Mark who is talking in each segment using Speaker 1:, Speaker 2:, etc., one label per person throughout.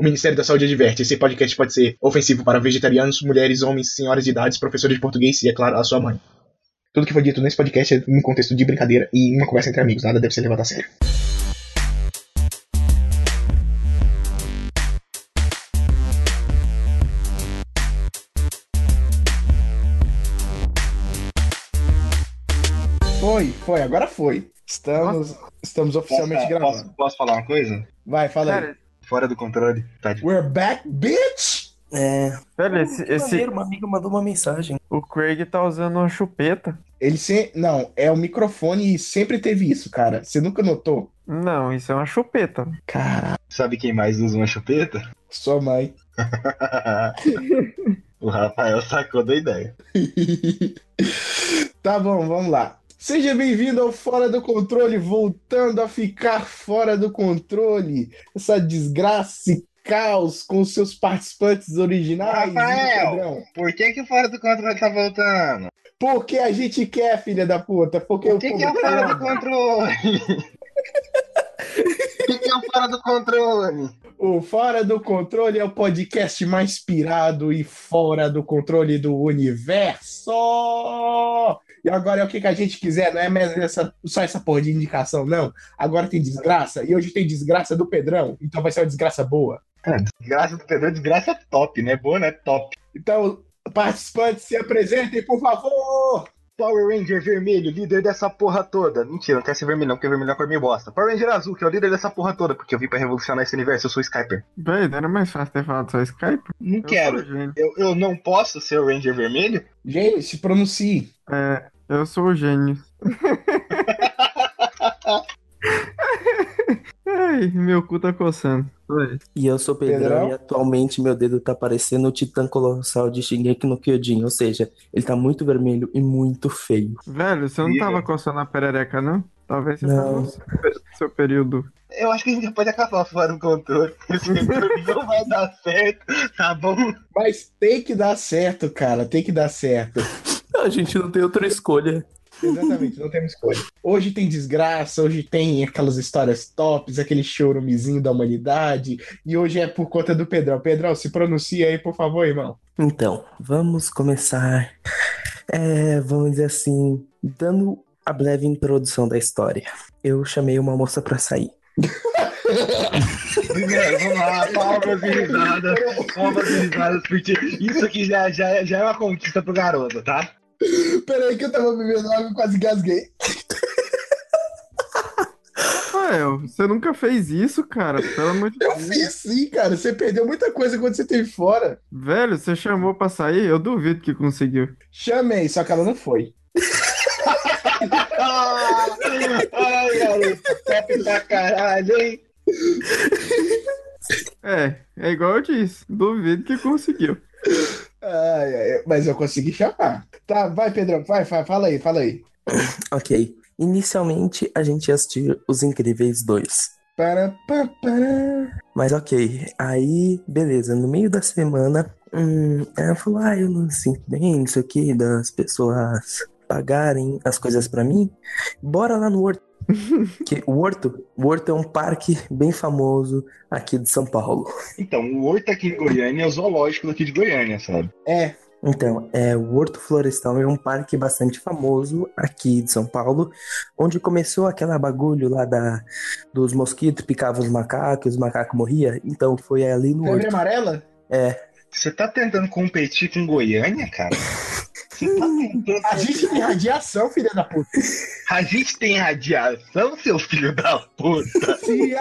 Speaker 1: Ministério da Saúde adverte: esse podcast pode ser ofensivo para vegetarianos, mulheres, homens, senhoras de idades, professores de português e, é claro, a sua mãe. Tudo que foi dito nesse podcast é num contexto de brincadeira e uma conversa entre amigos, nada deve ser levado a sério. Foi, foi, agora foi. Estamos, estamos oficialmente
Speaker 2: Posso-
Speaker 1: gravando.
Speaker 2: Posso, posso falar uma coisa?
Speaker 1: Vai, fala aí.
Speaker 3: Cara,
Speaker 2: Fora do controle. Tá de...
Speaker 1: We're back, bitch!
Speaker 4: É.
Speaker 3: velho, esse,
Speaker 4: Que
Speaker 3: esse-
Speaker 4: maneiro, uma amiga mandou uma mensagem.
Speaker 3: o Craig tá usando uma chupeta.
Speaker 1: Ele se... Não, é o microfone e sempre teve isso, cara. Você nunca notou?
Speaker 3: Não, isso é uma chupeta.
Speaker 1: Caralho,
Speaker 2: Sabe quem mais usa uma chupeta?
Speaker 1: sua mãe.
Speaker 2: o Rafael sacou da ideia.
Speaker 1: tá bom, vamos lá. Seja bem-vindo ao Fora do Controle, voltando a ficar fora do controle. Essa desgraça e caos com os seus participantes originais. e o
Speaker 2: Rafael!
Speaker 1: padrão.
Speaker 2: Por que que o Fora do Controle tá voltando?
Speaker 1: Porque a gente quer, filha da puta. Porque
Speaker 2: O que que é o Fora do
Speaker 1: programa-
Speaker 2: Controle? O que que é o Fora do Controle?
Speaker 1: O Fora do Controle é o podcast mais pirado e fora do controle do universo! E agora é o que, que a gente quiser, não é mais essa- só essa porra de indicação, não. Agora tem desgraça, e hoje tem desgraça do Pedrão, então vai ser uma desgraça boa.
Speaker 2: Desgraça do Pedro, desgraça é top, né? Boa, né? Top.
Speaker 1: Então, participantes, se apresentem, por favor!
Speaker 2: Power Ranger vermelho, líder dessa porra toda. Mentira, não quero ser vermelho não, porque vermelho é uma cor meio bosta. Power Ranger azul, que é o líder dessa porra toda, porque eu vim pra revolucionar esse universo, eu sou o Skyper.
Speaker 3: Velho, era mais fácil ter falado só Skype.
Speaker 2: Não
Speaker 3: Eu sou o gênio.
Speaker 2: Eu, eu não posso ser o Ranger vermelho?
Speaker 1: Gente, se pronuncie.
Speaker 3: É, eu sou o gênio. Ai, meu cu tá coçando. Oi.
Speaker 4: E eu sou o Pedrão,
Speaker 1: Pedrão?
Speaker 4: e atualmente meu dedo tá parecendo o Titã Colossal de Shingeki no Kyojin. Ou seja, ele tá muito vermelho e muito feio.
Speaker 3: Velho, você não
Speaker 2: Ih,
Speaker 3: tava coçando a perereca, não? Talvez você
Speaker 4: Não.
Speaker 3: tava no seu pe- seu período.
Speaker 2: Eu acho que a gente pode acabar fora do controle. Esse controle não vai dar certo, tá bom?
Speaker 1: Mas tem que dar certo, cara, tem que dar certo.
Speaker 4: A gente não tem outra escolha.
Speaker 1: Exatamente, não temos escolha. Hoje tem desgraça, hoje tem aquelas histórias tops, aquele chorumezinho da humanidade, e hoje é por conta do Pedrão. Pedrão, se pronuncia aí, por favor, irmão.
Speaker 4: Então, vamos começar. É, vamos dizer assim, dando a breve introdução da história. Eu chamei uma moça pra sair.
Speaker 2: Primeiro, vamos lá, palmas e risadas. Palmas e risadas, porque isso aqui já, já, já é uma conquista pro garoto, tá?
Speaker 1: Peraí, que eu tava bebendo água e quase gasguei.
Speaker 3: Rafael, você nunca fez isso, cara. Pelo amor de
Speaker 1: Eu
Speaker 3: Deus.
Speaker 1: fiz sim, cara. Você perdeu muita coisa quando você esteve fora.
Speaker 3: Velho, você chamou pra sair? Eu duvido que conseguiu.
Speaker 1: Chamei, só que ela não foi.
Speaker 2: Ah, ai, garoto, top pra caralho, hein?
Speaker 3: É, é igual eu disse. Duvido que conseguiu.
Speaker 1: Ai, ai, mas eu consegui chamar. Tá, vai, Pedrão, vai, vai, fala aí, fala aí.
Speaker 4: Ok. Inicialmente a gente ia assistir Os Incríveis 2.
Speaker 1: Para, pa, para.
Speaker 4: Mas ok, aí, beleza, no meio da semana, hum, ela falou, ah, eu não sinto bem, não sei o que, das pessoas pagarem as coisas pra mim, bora lá no Horto. que o Horto, o Horto é um parque bem famoso aqui de São Paulo.
Speaker 2: Então, o Horto aqui em Goiânia é o zoológico daqui de Goiânia, sabe?
Speaker 1: É,
Speaker 4: Então, é, o Horto Florestal é um parque bastante famoso aqui de São Paulo, onde começou aquela bagulho lá da, dos mosquitos picavam os macacos, os macacos morria, então foi ali no
Speaker 1: febre
Speaker 4: Horto.
Speaker 1: amarela?
Speaker 2: Você tá tentando competir com Goiânia, cara? Você tá tentando.
Speaker 1: A gente tem radiação, filha da puta.
Speaker 2: A gente tem radiação, seu filho da puta.
Speaker 1: Seria,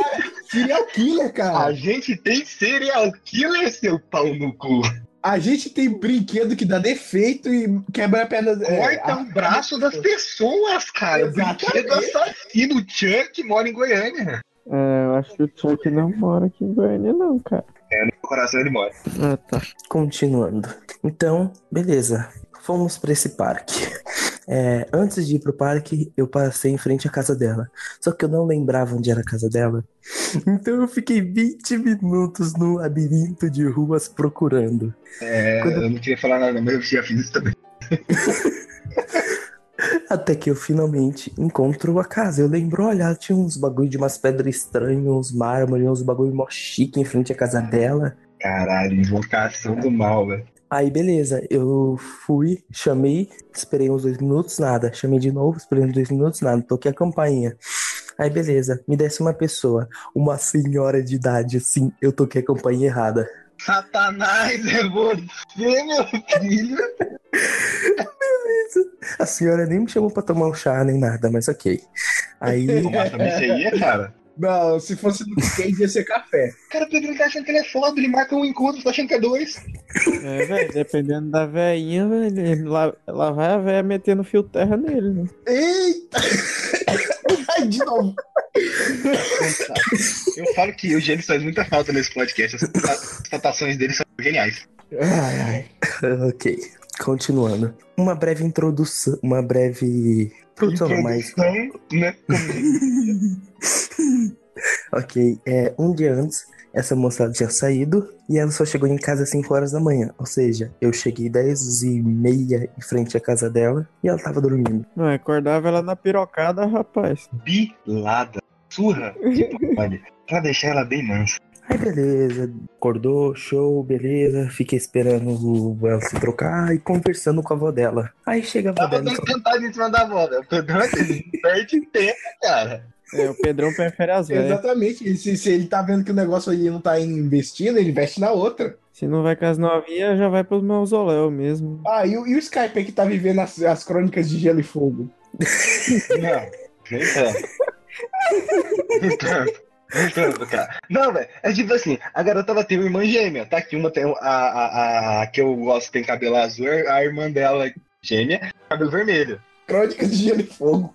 Speaker 1: seria o killer, cara.
Speaker 2: A gente tem serial killer, seu pau no cu.
Speaker 1: A gente tem brinquedo que dá defeito e quebra a perna. é,
Speaker 2: Corta
Speaker 1: a-
Speaker 2: o braço das pessoas, cara.
Speaker 1: Exatamente.
Speaker 2: Brinquedo assassino. O Chuck mora em Goiânia.
Speaker 3: É, eu acho que o Chuck não mora aqui em Goiânia, não, cara.
Speaker 2: No coração ele mora.
Speaker 3: Ah, tá.
Speaker 4: Continuando. Então, beleza. Fomos pra esse parque. É, antes de ir pro parque, eu passei em frente à casa dela. Só que eu não lembrava onde era a casa dela. Então eu fiquei 20 minutos no labirinto de ruas procurando.
Speaker 2: É, eu não queria falar nada, mas eu já fiz isso também.
Speaker 4: Até que eu finalmente encontro a casa. Eu lembro, olha, tinha uns bagulho de umas pedras estranhas, uns mármores, uns bagulho mó chique em frente à casa dela.
Speaker 2: Caralho, invocação do mal, velho.
Speaker 4: Aí, beleza, eu fui, chamei, esperei uns dois minutos, nada. Chamei de novo, esperei uns dois minutos, nada. Toquei a campainha. Aí, beleza, me desce uma pessoa, uma senhora de idade, assim, eu toquei a campainha errada.
Speaker 2: Satanás é você, meu filho.
Speaker 4: A senhora nem me chamou pra tomar um chá nem nada, mas ok. Aí,
Speaker 2: Mas também você ia, cara.
Speaker 1: Não, se fosse do skate ia ser café.
Speaker 2: O cara Pedro tá achando que ele é foda, ele marca um encontro, tá achando que é dois.
Speaker 3: É, velho, dependendo da veinha, velho, ele lá, lá vai a véia metendo fio terra nele, né?
Speaker 1: Eita! Ai, De novo.
Speaker 2: Eu falo que o Gênesis faz muita falta nesse podcast. As constatações dele são geniais.
Speaker 1: Ai, ai.
Speaker 4: ok, continuando. Uma breve introdução, uma breve. Introdução, não, mas
Speaker 2: né?
Speaker 4: Ok, é, um dia antes, essa moça tinha saído e ela só chegou em casa às 5 horas da manhã. Ou seja, eu cheguei 10 e meia em frente à casa dela e ela tava dormindo.
Speaker 3: Não, acordava ela na pirocada, rapaz.
Speaker 2: Bilada. Surra. Tipo, olha, pra deixar ela bem mansa.
Speaker 4: Aí beleza, acordou, show, beleza. Fiquei esperando o- ela se trocar e conversando com a avó dela. Aí chega a avó
Speaker 2: Tava
Speaker 4: dela. e
Speaker 2: dando
Speaker 4: fala,
Speaker 2: vantagem em cima da bola. O é Pedrão perde tempo, cara.
Speaker 3: É, o Pedrão prefere as velhas.
Speaker 1: Exatamente. E se, se ele tá vendo que o negócio ali não tá investindo, ele investe na outra.
Speaker 3: Se não vai com as novinhas, já vai pros mausoléu mesmo.
Speaker 1: Ah, e, o- e o Skype aí que tá vivendo as, as crônicas de gelo e fogo?
Speaker 2: Não, é. nem tanto. Nem tanto. Nem tanto, cara. Não, velho. É tipo assim, a garota ela tem uma irmã gêmea, tá? Que uma tem a, a, a que eu gosto tem cabelo azul, é a irmã dela gêmea, cabelo vermelho.
Speaker 1: Crônicas de gelo e fogo.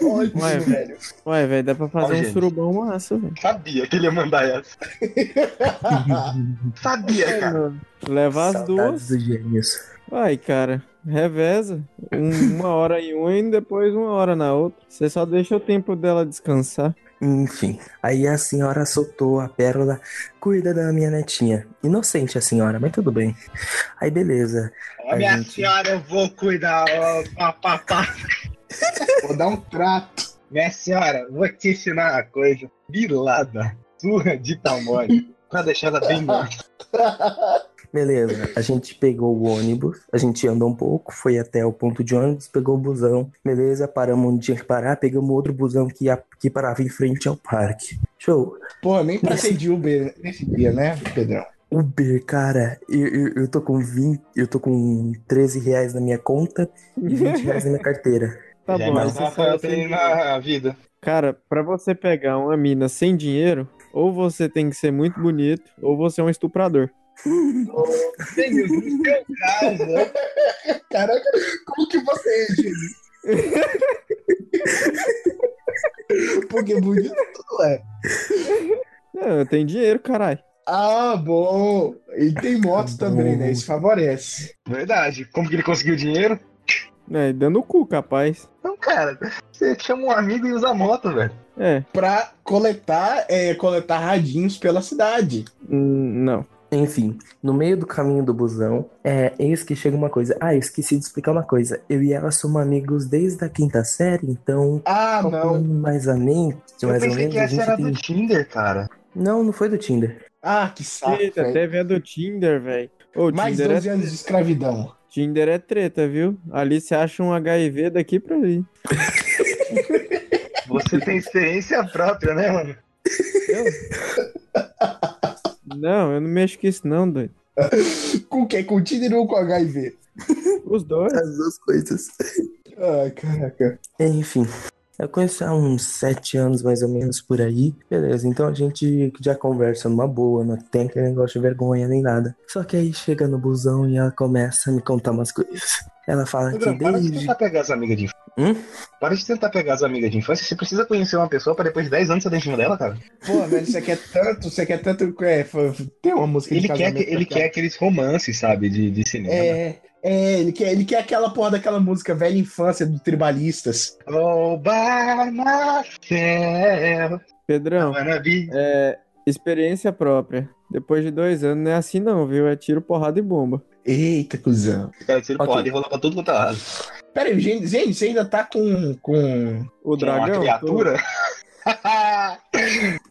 Speaker 1: Ótimo,
Speaker 3: Ué,
Speaker 1: velho.
Speaker 3: Ué, velho, dá pra fazer
Speaker 2: Ó,
Speaker 3: um
Speaker 2: gente.
Speaker 3: surubão massa, velho.
Speaker 2: Sabia que ele ia mandar essa. Sabia, cara.
Speaker 3: Leva as
Speaker 4: Saudades
Speaker 3: duas.
Speaker 4: dos gêmeos.
Speaker 3: Vai, cara. Reveza. Um- uma hora em um e depois uma hora na outra. Você só deixa o tempo dela descansar.
Speaker 4: Enfim, aí a senhora soltou a pérola, cuida da minha netinha. Inocente a senhora, mas tudo bem. Aí beleza,
Speaker 2: Ó, minha
Speaker 4: gente.
Speaker 2: senhora, eu vou cuidar. Ó, pá, pá, pá.
Speaker 1: Vou dar um trato.
Speaker 2: Minha senhora, vou te ensinar uma coisa. Bilada, surra de tamanho. Pra deixar ela bem morta.
Speaker 4: Beleza,
Speaker 2: Uhum.
Speaker 4: a gente pegou o ônibus, a gente andou um pouco, foi até o ponto de ônibus, pegou o busão, beleza, paramos onde tinha que parar, pegamos outro busão que, ia- que parava em frente ao parque. Show.
Speaker 1: Pô, nem passei de Uber nesse dia, né, Pedrão?
Speaker 4: Uber, cara, eu, eu, eu tô com 20, eu tô com 13 reais na minha conta e 20 reais na minha carteira.
Speaker 3: Tá
Speaker 2: Já
Speaker 3: bom. aí
Speaker 2: imaginou
Speaker 3: você
Speaker 2: a Rafael
Speaker 3: saiu
Speaker 2: tem
Speaker 3: sem dinheiro.
Speaker 2: na vida.
Speaker 3: Cara, pra você pegar uma mina sem dinheiro, ou você tem que ser muito bonito, ou você é um estuprador.
Speaker 2: Tem meu Deus, meu é caso. né?
Speaker 1: Caraca, como que você é, Gênesis? Porque bonito tudo é.
Speaker 3: Não, eu tenho É, dinheiro, caralho.
Speaker 1: Ah, bom. E tem moto
Speaker 4: Bom.
Speaker 1: também, né? Isso favorece.
Speaker 2: Verdade. Como que ele conseguiu o dinheiro?
Speaker 3: É, dando o cu, capaz.
Speaker 2: Não, cara. Você chama um amigo e usa a moto, velho.
Speaker 3: É.
Speaker 1: Pra coletar, é, coletar radinhos pela cidade.
Speaker 3: hum, Não.
Speaker 4: Enfim, no meio do caminho do busão, é, eis que chega uma coisa. Ah, eu esqueci de explicar uma coisa. Eu e ela somos amigos desde a quinta série, então,
Speaker 1: Ah, não.
Speaker 4: calculando mais ou menos,
Speaker 2: eu
Speaker 4: mais ou
Speaker 2: pensei
Speaker 4: menos,
Speaker 2: que
Speaker 4: a
Speaker 2: essa
Speaker 4: gente
Speaker 2: era
Speaker 4: tem...
Speaker 2: do Tinder, cara.
Speaker 4: Não, não foi do Tinder.
Speaker 1: Ah, que
Speaker 5: Tá
Speaker 1: saco.
Speaker 3: Eita,
Speaker 1: velho.
Speaker 3: teve a do Tinder, né? velho. Ô,
Speaker 1: Mais
Speaker 3: Tinder,
Speaker 1: 12 anos de escravidão.
Speaker 3: é... Tinder é treta, viu? Ali você acha um HIV daqui pra ali.
Speaker 2: Você tem experiência própria, né, mano?
Speaker 3: Eu- Não, eu não mexo com isso, não, doido.
Speaker 1: Com o quê? Com o Tinder ou com HIV?
Speaker 3: Os dois.
Speaker 4: As duas coisas. É,
Speaker 1: Ah, caraca.
Speaker 4: Enfim, eu conheço há uns sete anos mais ou menos por aí. Beleza, então a gente já conversa numa boa, não tem aquele negócio de vergonha nem nada. Só que aí chega no busão e ela começa a me contar umas coisas. Ela fala que
Speaker 2: Pedrão, para de
Speaker 4: desde.
Speaker 2: tentar pegar as amigas de infância.
Speaker 4: Hum?
Speaker 2: Para de tentar pegar as amigas de infância. Você precisa conhecer uma pessoa pra depois de 10 anos você dar em cima dela, cara.
Speaker 1: Pô, velho, você quer tanto, você quer tanto. É, f- tem uma música de
Speaker 2: Ele quer,
Speaker 1: casamento
Speaker 2: que- ele
Speaker 1: daquela.
Speaker 2: quer aqueles romances, sabe, de, de cinema.
Speaker 1: É,
Speaker 4: né?
Speaker 1: é ele, quer, ele quer aquela porra daquela música velha infância do Tribalistas.
Speaker 2: Oh, by myself,
Speaker 3: Pedrão,
Speaker 2: wanna be-
Speaker 3: é. Experiência própria. Depois de dois anos não é assim, não, viu? É tiro, porrada e bomba.
Speaker 1: Eita, cuzão.
Speaker 2: Cara, se ele
Speaker 4: Ok.
Speaker 2: pode rolar pra tudo quanto é lado.
Speaker 1: Pera aí, gente, gente, você ainda tá com. com...
Speaker 3: O
Speaker 5: Que é uma
Speaker 3: dragão.
Speaker 5: criatura?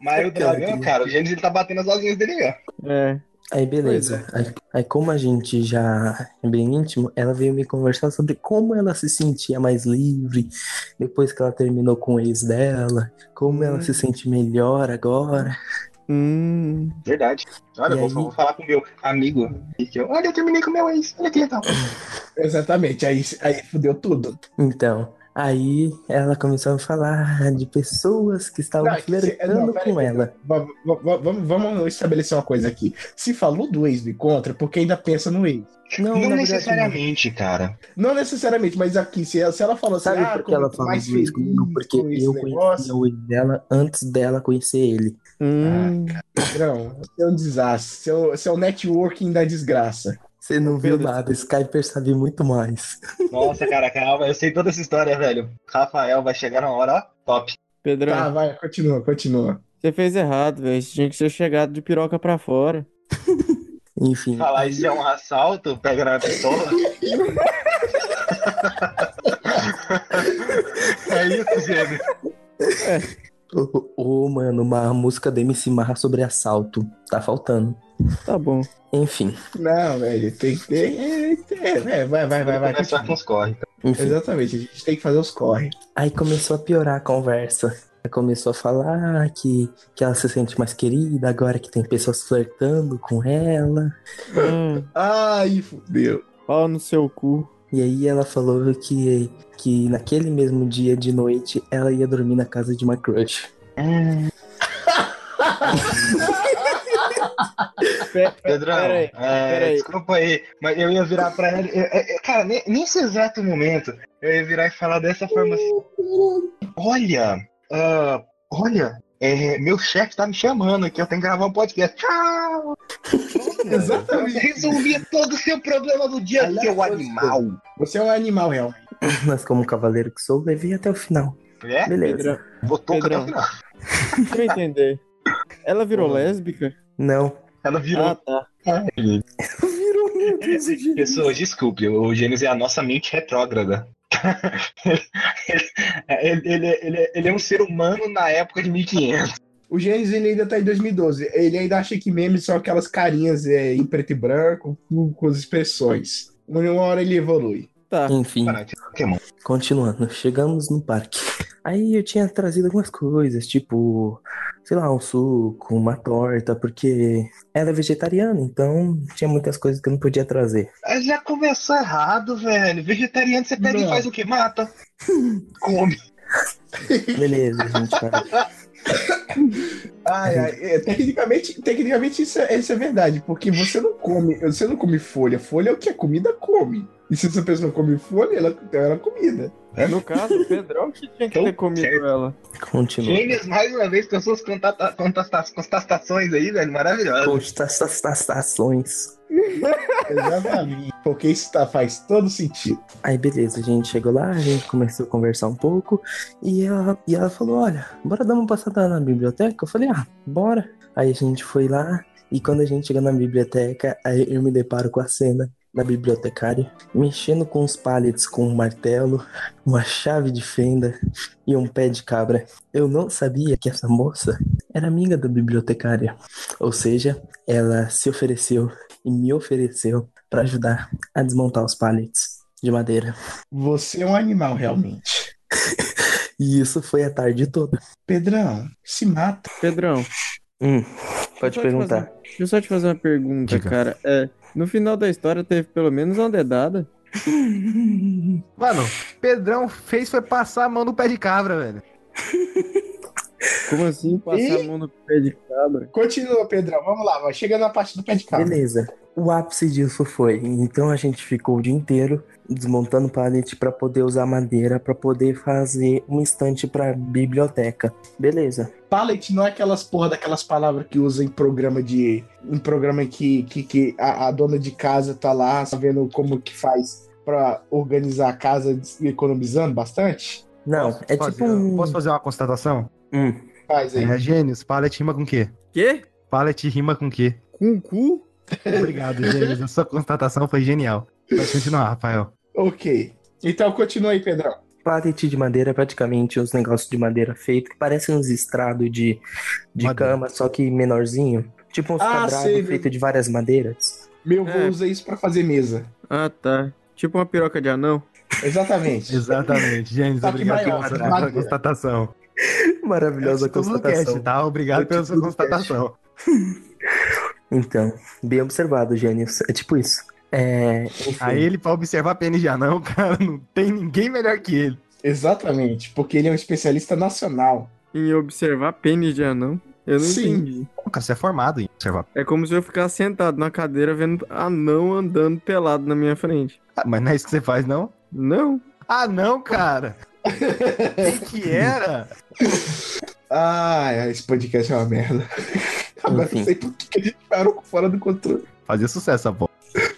Speaker 5: Mas o
Speaker 4: Aquela
Speaker 5: dragão, cara, o Gênesis ele tá batendo as asinhas dele, ó.
Speaker 3: tô- É.
Speaker 4: Aí beleza. Aí, aí como a gente já é bem íntimo, ela veio me conversar sobre como ela se sentia mais livre depois que ela terminou com o ex dela, como ela se sente melhor agora.
Speaker 3: Hum.
Speaker 5: Verdade. Olha,
Speaker 4: E
Speaker 5: vou,
Speaker 4: aí?
Speaker 5: vou falar com meu amigo. E que eu, olha, eu terminei com meu ex. Olha que legal.
Speaker 1: Exatamente, aí, aí fudeu tudo.
Speaker 4: Então, aí ela começou a falar de pessoas que estavam
Speaker 1: Não, é que-
Speaker 4: flertando
Speaker 1: não, peraí,
Speaker 4: com ela.
Speaker 1: Va- va- va- Vamos, vamos estabelecer uma coisa aqui. Se falou do ex do encontro, é porque ainda pensa no ex.
Speaker 4: Não,
Speaker 5: Não
Speaker 4: na verdade,
Speaker 5: necessariamente, cara.
Speaker 1: Não necessariamente, mas aqui, se ela, se ela falou assim,
Speaker 4: Sabe
Speaker 1: ah,
Speaker 4: por que
Speaker 1: como eu
Speaker 4: ela
Speaker 1: tô
Speaker 4: falou
Speaker 1: mais
Speaker 4: isso
Speaker 1: feliz
Speaker 4: comigo? Porque
Speaker 1: com esse
Speaker 4: eu
Speaker 1: negócio.
Speaker 4: conhecia o ex dela antes dela conhecer ele.
Speaker 3: Hum.
Speaker 1: Não, você é um desastre. Você é o- Você é o networking da desgraça.
Speaker 4: Você não viu
Speaker 3: Pedro,
Speaker 4: nada, Skyper sabe muito mais.
Speaker 5: Nossa, cara, calma, eu sei toda essa história, velho. Rafael vai chegar na hora, ó, top.
Speaker 3: Pedrão,
Speaker 1: Tá, vai, continua, continua.
Speaker 3: você fez errado, velho. Você tinha que ser chegado de piroca pra fora.
Speaker 4: Enfim.
Speaker 1: Ah.
Speaker 5: Falar isso é um assalto, pega na pistola. é isso, Gênesis.
Speaker 4: Ô, ô, mano, uma música da MC Marra sobre assalto. Tá faltando.
Speaker 3: Tá bom.
Speaker 4: Enfim,
Speaker 1: Não, velho, tem que ter. é, é, é, vai, vai, vai, vai.
Speaker 5: Começar com os corre. então.
Speaker 4: enfim.
Speaker 1: Exatamente, a gente tem que fazer os corre.
Speaker 4: Aí começou a piorar a conversa. Ela Começou a falar que, que ela se sente mais querida agora que tem pessoas flertando com ela.
Speaker 3: Ah,
Speaker 1: Ai, fudeu.
Speaker 3: pau no seu cu.
Speaker 4: E aí ela falou que, que naquele mesmo dia de noite ela ia dormir na casa de uma crush.
Speaker 5: Pedrão,
Speaker 3: Peraí,
Speaker 5: é,
Speaker 3: peraí.
Speaker 5: desculpa aí, mas eu ia virar pra ela. eu- eu- eu- cara, ne- nesse exato momento, eu ia virar e falar dessa forma assim: Olha, ah, olha, é, meu chefe tá me chamando que eu tenho que gravar um podcast. Tchau! É.
Speaker 1: Exatamente.
Speaker 5: Resolvi todo o seu problema do dia,
Speaker 1: Olha
Speaker 5: seu
Speaker 1: a coisa.
Speaker 5: animal.
Speaker 1: Você é um animal, realmente.
Speaker 4: Mas como um cavaleiro que sou, levei até o final.
Speaker 5: É?
Speaker 4: Beleza.
Speaker 3: Pedrão,
Speaker 5: Vou tocar até o
Speaker 3: Pedrão.
Speaker 5: final.
Speaker 3: deixa eu entender. Ela virou
Speaker 5: Porra.
Speaker 3: lésbica?
Speaker 4: Não.
Speaker 5: Ela virou.
Speaker 3: Ah, tá.
Speaker 4: Virou, meu Deus, o dia.
Speaker 5: Pessoas, desculpe, o Gênesis é a nossa mente retrógrada. ele, ele- ele- ele- ele é um ser humano na época de 1500.
Speaker 1: O Gênesis ele ainda tá em 2012. Ele ainda acha que memes são aquelas carinhas é, em preto e branco, com, com as expressões. Uma hora ele evolui.
Speaker 3: Tá.
Speaker 4: Enfim.
Speaker 5: Caraca, Pokémon.
Speaker 4: Continuando, chegamos no parque. Aí eu tinha trazido algumas coisas, tipo, sei lá, um suco, uma torta, porque ela é vegetariana, então tinha muitas coisas que eu não podia trazer.
Speaker 5: Ah, Já começou errado, velho. Vegetariano, você pede e
Speaker 1: Não.
Speaker 5: faz o que? Mata. Come.
Speaker 4: Beleza, gente. vai.
Speaker 1: Ai, ai, é, tecnicamente, tecnicamente isso, é, isso é verdade, porque você não come, você não come folha. Folha é o que a comida come. E se essa pessoa come folha, ela, então ela é comida.
Speaker 3: No caso, o Pedrão que tinha que
Speaker 5: Então,
Speaker 3: ter comido
Speaker 5: certo.
Speaker 3: ela.
Speaker 4: Continua.
Speaker 5: Gênesis, mais uma vez, com as suas contata- contasta- constatações aí, velho. Maravilhosa.
Speaker 4: Constatações.
Speaker 1: Exatamente. Porque isso tá- faz todo sentido.
Speaker 4: Aí beleza, a gente chegou lá, a gente começou a conversar um pouco e ela, e ela falou: Olha, bora dar uma passada na biblioteca? Eu falei: Ah, bora. Aí a gente foi lá e quando a gente chega na biblioteca, aí eu me deparo com a cena da bibliotecária mexendo com os pallets com um martelo, uma chave de fenda e um pé de cabra. Eu não sabia que essa moça era amiga da bibliotecária, ou seja, ela se ofereceu e me ofereceu para ajudar a desmontar os pallets de madeira.
Speaker 1: Você é um animal, realmente.
Speaker 4: E isso foi a tarde toda.
Speaker 1: Pedrão, se mata.
Speaker 3: Pedrão,
Speaker 4: pode
Speaker 3: Deixa eu só te
Speaker 4: perguntar.
Speaker 3: fazer uma- Deixa eu só te fazer uma pergunta,
Speaker 2: Diga.
Speaker 3: cara. É, no final da história teve pelo menos uma dedada.
Speaker 2: Mano, Pedrão fez foi passar a mão no pé de cabra, velho.
Speaker 3: Como assim passar a mão no pé de cabra?
Speaker 1: Continua, Pedrão. Vamos lá, vai. Chega na parte do pé
Speaker 4: Tá.
Speaker 1: de cabra.
Speaker 4: Beleza. O ápice disso foi, então a gente ficou o dia inteiro desmontando pallet para poder usar madeira para poder fazer um estante para biblioteca. Beleza.
Speaker 1: Pallet não é aquelas porra daquelas palavras que usa em programa de. Em programa que, que, que a, a dona de casa tá lá tá vendo como que faz pra organizar a casa des- economizando bastante.
Speaker 4: Não, é
Speaker 2: Posso
Speaker 4: tipo
Speaker 2: fazer-
Speaker 4: um
Speaker 2: Posso fazer uma constatação?
Speaker 4: Hum.
Speaker 1: Faz aí.
Speaker 2: É, Gênios, pallet rima com o quê?
Speaker 3: Quê?
Speaker 2: Pallet rima com o quê?
Speaker 3: Com o cu?
Speaker 2: Obrigado, Gênios. A sua constatação foi genial. Pode continuar, Rafael.
Speaker 1: Ok. Então continua aí, Pedrão.
Speaker 4: Palete de madeira é praticamente uns negócios de madeira feito que parecem uns estrados de, de
Speaker 2: Madeira.
Speaker 4: cama, só que menorzinho. Tipo uns
Speaker 1: Ah, sei,
Speaker 4: quadrados
Speaker 1: vi.
Speaker 4: feitos de várias madeiras.
Speaker 1: Meu avô
Speaker 3: É.
Speaker 1: usa isso pra fazer mesa.
Speaker 3: Ah, tá. Tipo uma piroca de anão.
Speaker 1: Exatamente.
Speaker 2: Exatamente,
Speaker 4: Tá
Speaker 2: James,
Speaker 1: Só que
Speaker 2: obrigado
Speaker 1: maior,
Speaker 2: pela
Speaker 1: né?
Speaker 2: sua constatação.
Speaker 4: Maravilhosa
Speaker 2: Título do
Speaker 4: constatação.
Speaker 2: cast, tá? Obrigado pela sua
Speaker 4: Título do cast.
Speaker 2: constatação.
Speaker 4: Então, bem observado, Gênios. É tipo isso. É, enfim,
Speaker 2: Aí ele, pra observar pênis de anão, cara, não tem ninguém melhor que ele.
Speaker 1: Exatamente. Porque ele é um especialista nacional.
Speaker 3: Em observar pênis de anão. Eu não
Speaker 1: Sim.
Speaker 3: entendi.
Speaker 2: Pô, cara, você é formado em observar.
Speaker 3: É como se eu ficasse sentado na cadeira vendo anão andando pelado na minha frente.
Speaker 2: Ah, mas não é isso que você faz, não?
Speaker 3: Não.
Speaker 2: Ah, não, cara! Quem que era?
Speaker 1: Ah, esse podcast é uma merda. Agora
Speaker 4: Enfim.
Speaker 1: não sei por que que a gente parou com fora do controle.
Speaker 2: Fazia sucesso essa porra.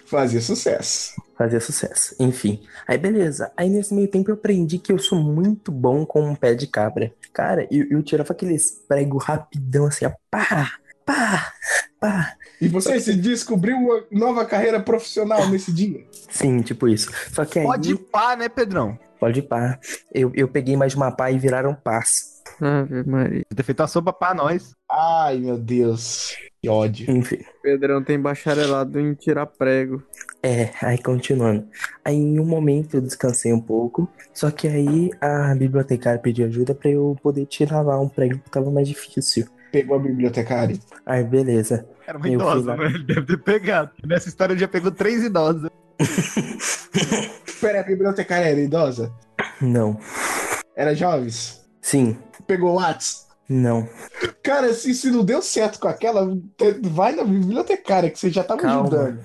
Speaker 1: Fazia sucesso.
Speaker 4: fazer sucesso. Enfim. Aí beleza. Aí nesse meio tempo eu aprendi que eu sou muito bom com um pé de cabra. Cara, eu, eu tirava aqueles pregos rapidão assim, ó, pá, pá, pá.
Speaker 1: E você se descobriu uma nova carreira profissional nesse dia.
Speaker 4: Sim, tipo isso. Só que aí,
Speaker 2: Pode
Speaker 4: pode,
Speaker 2: pá, né, Pedrão?
Speaker 4: pá. Eu, eu peguei mais uma pá e viraram pás.
Speaker 3: Ave Maria.
Speaker 2: Você ter feito a sopa pra nós.
Speaker 1: Ai, meu Deus. Que ódio.
Speaker 4: Enfim.
Speaker 3: Pedrão tem bacharelado em tirar prego.
Speaker 4: É, aí continuando. Aí em um momento eu descansei um pouco, só que aí a bibliotecária pediu ajuda pra eu poder tirar lá um prego que tava mais difícil.
Speaker 1: Pegou a bibliotecária.
Speaker 4: Aí beleza.
Speaker 2: Era uma
Speaker 4: Eu fui
Speaker 2: idosa,
Speaker 4: lá.
Speaker 2: né? Ele deve ter pegado. Nessa história ele já pegou três idosas.
Speaker 1: Pera, a bibliotecária era idosa?
Speaker 4: Não.
Speaker 1: Era jovens?
Speaker 4: Sim.
Speaker 1: Pegou Whats?
Speaker 4: Não.
Speaker 1: Cara, se, se não deu certo com aquela, te- vai na bibliotecária que você já tava
Speaker 4: Calma.
Speaker 1: ajudando.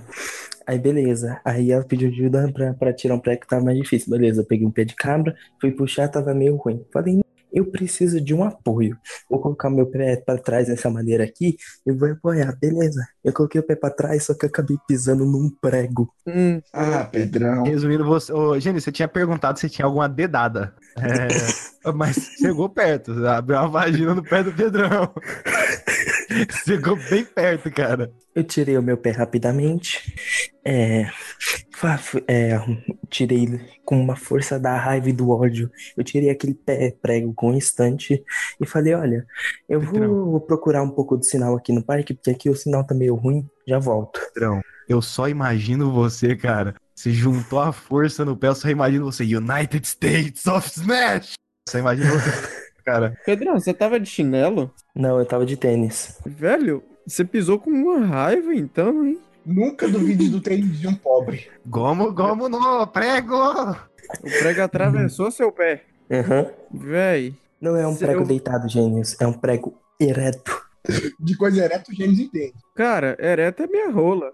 Speaker 4: Aí beleza. Aí ela pediu ajuda pra, pra tirar um prego que tava mais difícil. Beleza, eu peguei um pé de cabra, fui puxar, tava meio ruim. Falei, eu preciso de um apoio. Vou colocar meu pé pra trás dessa maneira aqui e vou apoiar. Beleza. Eu coloquei o pé pra trás, só que eu acabei pisando num prego.
Speaker 3: Hum.
Speaker 1: Ah, Pedrão.
Speaker 2: Resumindo, você. Ô, Gênio, você tinha perguntado se tinha alguma dedada. É, mas chegou perto. Abriu uma vagina no pé do Pedrão. chegou bem perto, cara.
Speaker 4: Eu tirei o meu pé rapidamente. É, fa- fu- é, tirei ele com uma força da raiva e do ódio. Eu tirei aquele pé prego com um instante e falei: Olha, eu vou procurar um pouco de sinal aqui no parque, porque aqui o sinal tá meio ruim. Já volto.
Speaker 2: Pedrão, eu só imagino você, cara. Você juntou a força no pé, eu só imagino você. United States of Smash! Só imagino você, cara.
Speaker 3: Pedrão, você tava de chinelo?
Speaker 4: Não, eu tava de tênis.
Speaker 3: Velho, você pisou com uma raiva então, hein?
Speaker 1: Nunca duvide do tênis de um pobre.
Speaker 2: Gomo, gomo, no, prego!
Speaker 3: O prego atravessou seu pé.
Speaker 4: Aham.
Speaker 3: Véi.
Speaker 4: Não é um
Speaker 3: Se
Speaker 4: prego
Speaker 3: eu-
Speaker 4: deitado, gênios. É um prego ereto.
Speaker 1: De coisa ereta, o Gênesis entende.
Speaker 3: Cara, ereta é minha rola.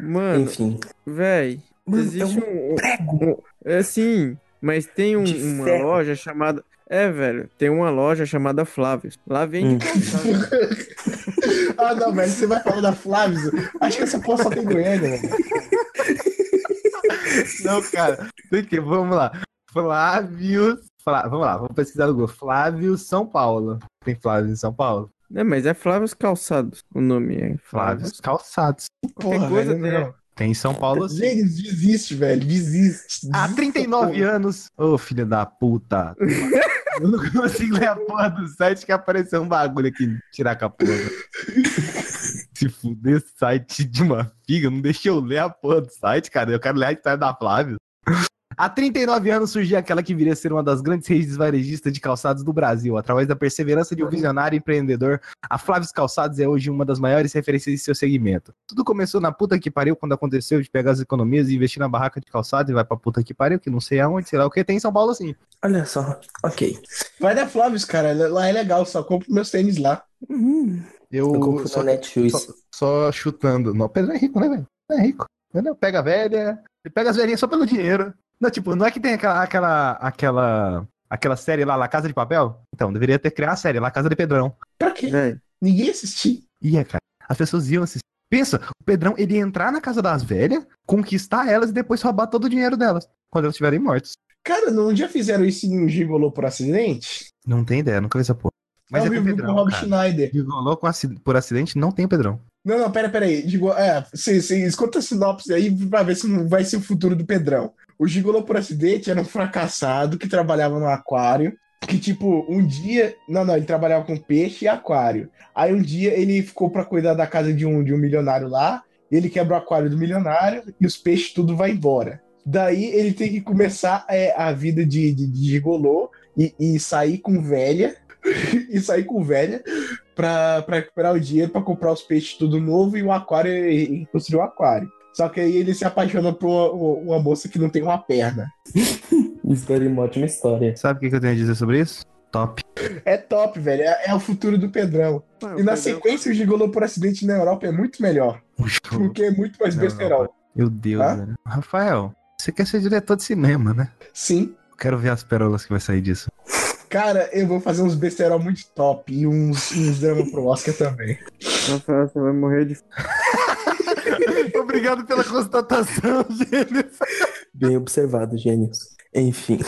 Speaker 3: Mano,
Speaker 4: Enfim.
Speaker 3: véi.
Speaker 4: Mano,
Speaker 3: existe
Speaker 4: é um
Speaker 3: um.
Speaker 4: prego.
Speaker 3: É sim, mas tem um-
Speaker 4: De
Speaker 3: uma
Speaker 4: ferro.
Speaker 3: loja chamada. É, velho, tem uma loja chamada Flávio's. Lá vende
Speaker 4: Hum.
Speaker 3: calçado.
Speaker 1: Ah, não, velho, você vai falar da Flávio. Acho que essa porra só tem Goiânia, velho.
Speaker 2: Não, cara. Por quê? Vamos lá. Flávio. Flá- Vamos lá, vamos pesquisar no Google. Flávio São Paulo. Tem Flávio em São Paulo?
Speaker 3: É, mas é Flávio's Calçados. O nome é Flávio's.
Speaker 2: Flávio Calçados.
Speaker 3: Qualquer coisa né?
Speaker 1: velho,
Speaker 3: tem.
Speaker 1: não.
Speaker 2: Tem né? em São Paulo sim.
Speaker 1: Gênesis, desiste, velho, desiste.
Speaker 2: Há
Speaker 1: Desista,
Speaker 2: 39
Speaker 1: porra.
Speaker 2: anos. Ô, filho da puta. Eu não consigo ler a porra do site que apareceu um bagulho aqui. Tirar com a porra. Se fuder esse site de uma figa, não deixa eu ler a porra do site, cara. Eu quero ler a história da Flávia. Há 39 anos surgia aquela que viria a ser uma das grandes redes varejistas de calçados do Brasil. Através da perseverança de um visionário empreendedor, a Flávio Calçados é hoje uma das maiores referências de seu segmento. Tudo começou na puta que pariu quando aconteceu de pegar as economias e investir na barraca de calçado e vai pra puta que pariu, que não sei aonde, sei lá o que, tem em São Paulo assim.
Speaker 4: Olha só. Ok.
Speaker 1: Vai da Flávio, cara, lá é legal, só compro meus tênis lá.
Speaker 4: Uhum.
Speaker 2: Eu,
Speaker 4: Eu compro
Speaker 2: só,
Speaker 4: na Netshoes.
Speaker 2: só- só chutando. Não, o Pedro é rico, né, velho? Pedro É rico. Entendeu? Pega a velha, ele pega as velhinhas só pelo dinheiro. Não, tipo, não é que tem aquela, aquela, aquela, aquela série lá, La Casa de Papel? Então, deveria ter criado a série, La Casa de Pedrão.
Speaker 1: Pra quê?
Speaker 3: Véi.
Speaker 1: Ninguém assistiu.
Speaker 2: Ia, cara. As pessoas iam assistir. Pensa, o Pedrão, ele ia entrar na casa das velhas, conquistar elas e depois roubar todo o dinheiro delas, quando elas estiverem mortas.
Speaker 1: Cara, não já fizeram isso em um gigolô por acidente?
Speaker 2: Não tem ideia, nunca vi essa porra. Mas
Speaker 1: eu
Speaker 2: é com o
Speaker 1: vivo com o
Speaker 2: Pedrão,
Speaker 1: Rob
Speaker 2: cara.
Speaker 1: Schneider.
Speaker 2: Gigolô com aci- por acidente, não tem o Pedrão.
Speaker 1: Não, não, pera, pera aí. Digo, é, cê, cê escuta a sinopse aí pra ver se não vai ser o futuro do Pedrão. O gigolô por acidente era um fracassado que trabalhava no aquário. Que, tipo, um dia. Não, não, ele trabalhava com peixe e aquário. Aí um dia ele ficou pra cuidar da casa de um, de um milionário lá. Ele quebra o aquário do milionário e os peixes tudo vai embora. Daí ele tem que começar é, a vida de, de, de gigolô e, e sair com velha. e sair com velha pra, pra recuperar o dinheiro pra comprar os peixes tudo novo e o aquário e, e construir o aquário. Só que aí ele se apaixona por uma, uma moça que não tem uma perna.
Speaker 4: História, uma ótima história.
Speaker 2: Sabe o que, que eu tenho a dizer sobre isso? Top.
Speaker 1: É top, velho. É, é o futuro do Pedrão. E na sequência, É o Gigolô por acidente na Europa é muito melhor. Porque é muito mais
Speaker 2: Não,
Speaker 1: besterol.
Speaker 2: um Meu Deus,
Speaker 1: Hã?
Speaker 2: velho. Rafael, você quer ser diretor de cinema, né?
Speaker 1: Sim.
Speaker 2: Eu quero ver as pérolas que vai sair disso.
Speaker 1: Cara, eu vou fazer uns besterol muito top e uns, uns drama pro Oscar também.
Speaker 3: Rafael, Então, você vai morrer de.
Speaker 2: Obrigado pela constatação, gente.
Speaker 4: Bem observado, gênios. Enfim.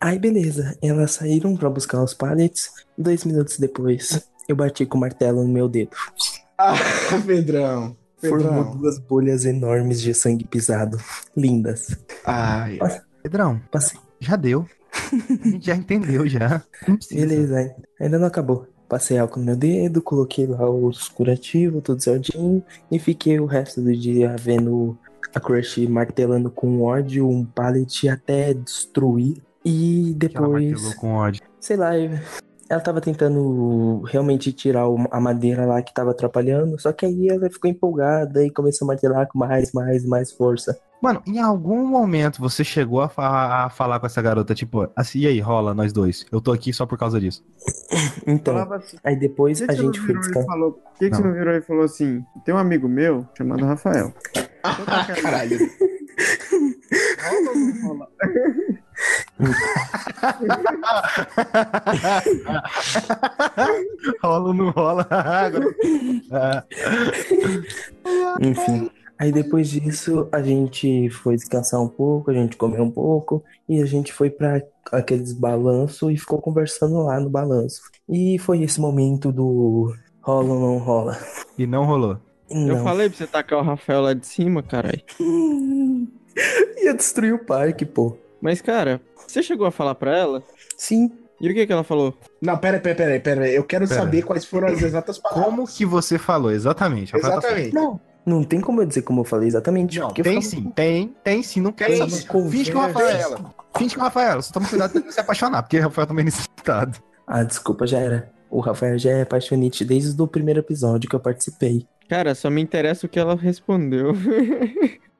Speaker 4: Aí, beleza. Elas saíram pra buscar os pallets. Dois minutos depois, eu bati com o martelo no meu dedo.
Speaker 1: Ah, Pedrão.
Speaker 4: Formou
Speaker 1: Pedrão.
Speaker 4: duas bolhas enormes de sangue pisado. Lindas.
Speaker 1: Ai,
Speaker 2: Pedrão,
Speaker 4: Passei.
Speaker 2: já deu. A gente já entendeu, já. Não precisa.
Speaker 4: Beleza, ai- ainda não acabou. Passei álcool no meu dedo, coloquei lá os curativos, tudo certinho, e fiquei o resto do dia vendo a Crush martelando com ódio um pallet até destruir. E
Speaker 2: Que ela
Speaker 4: depois,
Speaker 2: martelou com ódio.
Speaker 4: sei lá, eu- ela tava tentando realmente tirar o- a madeira lá que tava atrapalhando, só que aí ela ficou empolgada e começou a martelar com mais, mais, mais força.
Speaker 2: Mano, em algum momento você chegou a, fa- a falar com essa garota, tipo, assim, e aí, rola, nós dois. Eu tô aqui só por causa disso.
Speaker 4: Então, aí depois
Speaker 3: assim, Por
Speaker 4: a
Speaker 3: que que você não
Speaker 4: gente foi
Speaker 3: virou e
Speaker 4: descansar.
Speaker 3: falou? Por que, que você
Speaker 2: Não.
Speaker 3: não virou e falou assim? Tem um amigo meu chamado Rafael.
Speaker 1: caralho.
Speaker 3: Rola ou não rola?
Speaker 2: rola ou não rola? Agora- Ah,
Speaker 4: Enfim. Aí depois disso, a gente foi descansar um pouco, a gente comeu um pouco e a gente foi pra aqueles balanço e ficou conversando lá no balanço. E foi esse momento do rola ou não rola.
Speaker 2: e não rolou.
Speaker 3: Eu
Speaker 4: Não.
Speaker 3: falei pra você tacar o Rafael lá de cima, caralho.
Speaker 4: Ia destruir o parque, pô.
Speaker 3: Mas, cara, você chegou a falar pra ela?
Speaker 4: Sim,
Speaker 3: E o que, que ela falou?
Speaker 1: Não, pera, pera, pera, pera. Eu quero
Speaker 2: Pera.
Speaker 1: saber quais foram as exatas palavras.
Speaker 2: Como que você falou, exatamente. Rafael tá
Speaker 1: Exatamente.
Speaker 4: não. Não tem como eu dizer como eu falei exatamente.
Speaker 2: Não,
Speaker 4: porque eu
Speaker 2: tem
Speaker 4: falava-
Speaker 2: sim, tem, tem sim, não quero
Speaker 1: Tem
Speaker 2: saber.
Speaker 1: sim,
Speaker 2: Finge que o Rafael é ela. Finge que o Rafael é ela, só toma cuidado pra não se apaixonar, porque o Rafael também é necessitado.
Speaker 4: Ah, desculpa, já era. O Rafael já é apaixonite desde o primeiro episódio que eu participei.
Speaker 3: Cara, só me interessa o que ela respondeu.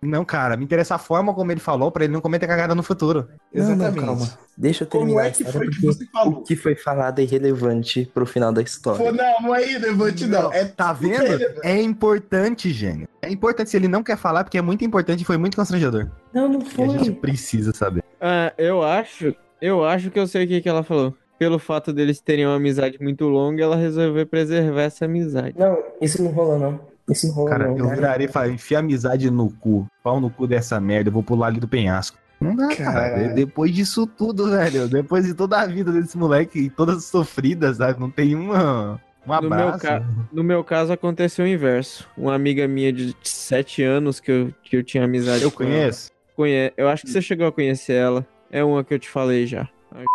Speaker 2: Não, cara, me interessa a forma como ele falou pra ele não cometer cagada no futuro.
Speaker 4: Não, não,
Speaker 1: Exatamente.
Speaker 4: calma. Deixa eu terminar
Speaker 1: Como é
Speaker 4: a
Speaker 1: que
Speaker 4: história,
Speaker 1: foi que
Speaker 4: porque
Speaker 1: você falou?
Speaker 4: o que foi falado é irrelevante pro final da história.
Speaker 1: Pô, não, não é irrelevante, não. É
Speaker 2: Tá vendo? É importante, gênio. É importante se ele não quer falar, porque é muito importante e foi muito constrangedor.
Speaker 4: Não, não
Speaker 2: E a gente
Speaker 4: foi.
Speaker 2: precisa saber.
Speaker 3: Ah, eu acho, eu acho que eu sei o que, que ela falou. Pelo fato deles terem uma amizade muito longa, ela resolveu preservar essa amizade.
Speaker 4: Não, isso não rola, não. Isso não rola,
Speaker 2: Cara,
Speaker 4: não.
Speaker 2: eu virarei e falar, enfia amizade no cu. Pau no cu dessa merda, eu vou pular ali do penhasco. Não dá, cara.
Speaker 1: Caralho.
Speaker 2: De- Depois disso tudo, velho. Depois de toda a vida desse moleque, e todas sofridas, sabe? Não tem uma. Um
Speaker 3: No meu
Speaker 2: abraço.
Speaker 3: ca- No meu caso, aconteceu o inverso. Uma amiga minha de 7 anos que eu, que eu tinha amizade
Speaker 2: Eu
Speaker 3: com ela.
Speaker 2: conheço.
Speaker 3: Conhe... Eu acho que você chegou a conhecer ela. É uma que eu te falei já.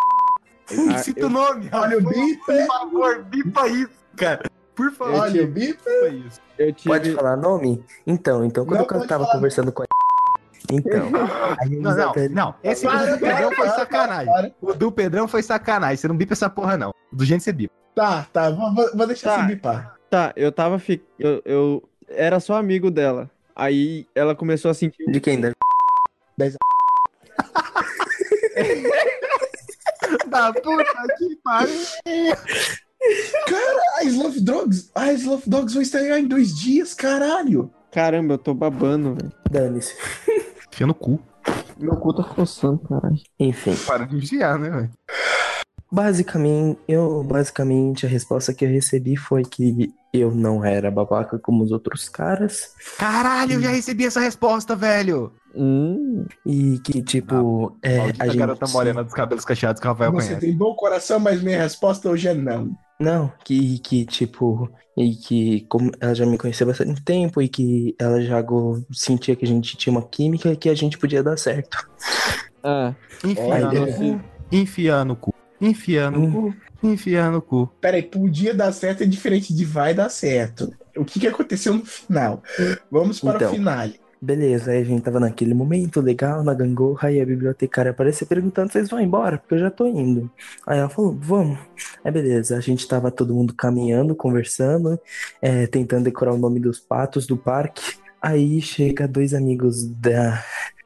Speaker 3: Ah,
Speaker 2: Cita
Speaker 3: eu-
Speaker 2: o nome.
Speaker 1: Olha o
Speaker 2: Rafa,
Speaker 1: bipa,
Speaker 2: Por favor, bipa isso, cara. Por favor,
Speaker 1: olha o bipa.
Speaker 2: bipa isso.
Speaker 3: Eu tive...
Speaker 4: Pode falar nome? Então, então, quando
Speaker 1: Não,
Speaker 4: eu
Speaker 1: pode
Speaker 4: tava
Speaker 1: falar.
Speaker 4: conversando com a... Então, aí eu
Speaker 2: Não, não,
Speaker 4: até-
Speaker 2: não. Esse
Speaker 1: Para,
Speaker 2: do Pedrão
Speaker 1: para,
Speaker 2: foi
Speaker 1: para,
Speaker 2: sacanagem.
Speaker 1: para.
Speaker 2: O do Pedrão foi sacanagem. Você não bipa essa porra, não. Do gente você bipa.
Speaker 1: Tá, tá. Vou, vou- vou deixar
Speaker 3: Tá.
Speaker 1: você bipar.
Speaker 3: Tá, eu tava... Fi... Eu, eu era só amigo dela. Aí ela começou a sentir...
Speaker 4: De quem? Da...
Speaker 2: Da puta que pariu.
Speaker 1: Ah, I Love Dogs. Ah, I Love Dogs vai estrear em dois dias, caralho.
Speaker 3: Caramba, eu tô babando, velho.
Speaker 4: Dane-se.
Speaker 2: Enfia no cu.
Speaker 3: Meu cu tá coçando, caralho.
Speaker 4: Enfim.
Speaker 2: Para de vigiar, né, velho?
Speaker 4: Basicamente, eu, basicamente, a resposta que eu recebi foi que eu não era babaca como os outros caras
Speaker 2: Caralho, eu já recebi essa resposta, velho.
Speaker 3: Hum...
Speaker 4: e que, tipo, é,
Speaker 2: Maldita né?
Speaker 4: a gente...
Speaker 2: garota morena dos cabelos cacheados que o Rafael
Speaker 1: Você
Speaker 2: conhece.
Speaker 1: tem bom coração, mas minha resposta hoje é não.
Speaker 4: Não, que, que tipo, e que como ela já me conhecia há bastante tempo e que ela já go- sentia que a gente tinha uma química e que a gente podia dar certo.
Speaker 3: Ah,
Speaker 4: Aí hum,
Speaker 2: Enfiar
Speaker 4: dele-
Speaker 2: no cu. Enfiar no cu. Enfiar no cu. Enfiar no cu.
Speaker 1: Peraí, podia dar certo é diferente de vai dar certo. O que, que aconteceu no final? Vamos para
Speaker 4: Então.
Speaker 1: o final.
Speaker 4: Beleza, aí a gente tava naquele momento legal, na gangorra, e a bibliotecária apareceu perguntando, vocês vão embora? Porque eu já tô indo. Aí ela falou, vamos. Aí beleza, a gente tava todo mundo caminhando, conversando, é, tentando decorar o nome dos patos do parque. Aí chega dois amigos da,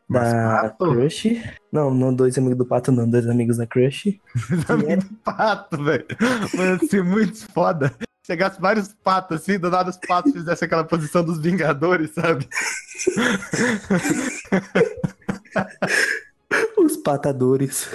Speaker 2: Mas
Speaker 4: da
Speaker 2: pato?
Speaker 4: Crush. Não, não dois amigos do pato, não, dois amigos da Crush. é
Speaker 2: Amigo do Tá pato, velho. Mano, ia ser muito foda. Chegasse vários patos assim, do nada os patos fizessem aquela posição dos Vingadores, sabe?
Speaker 4: Os patadores.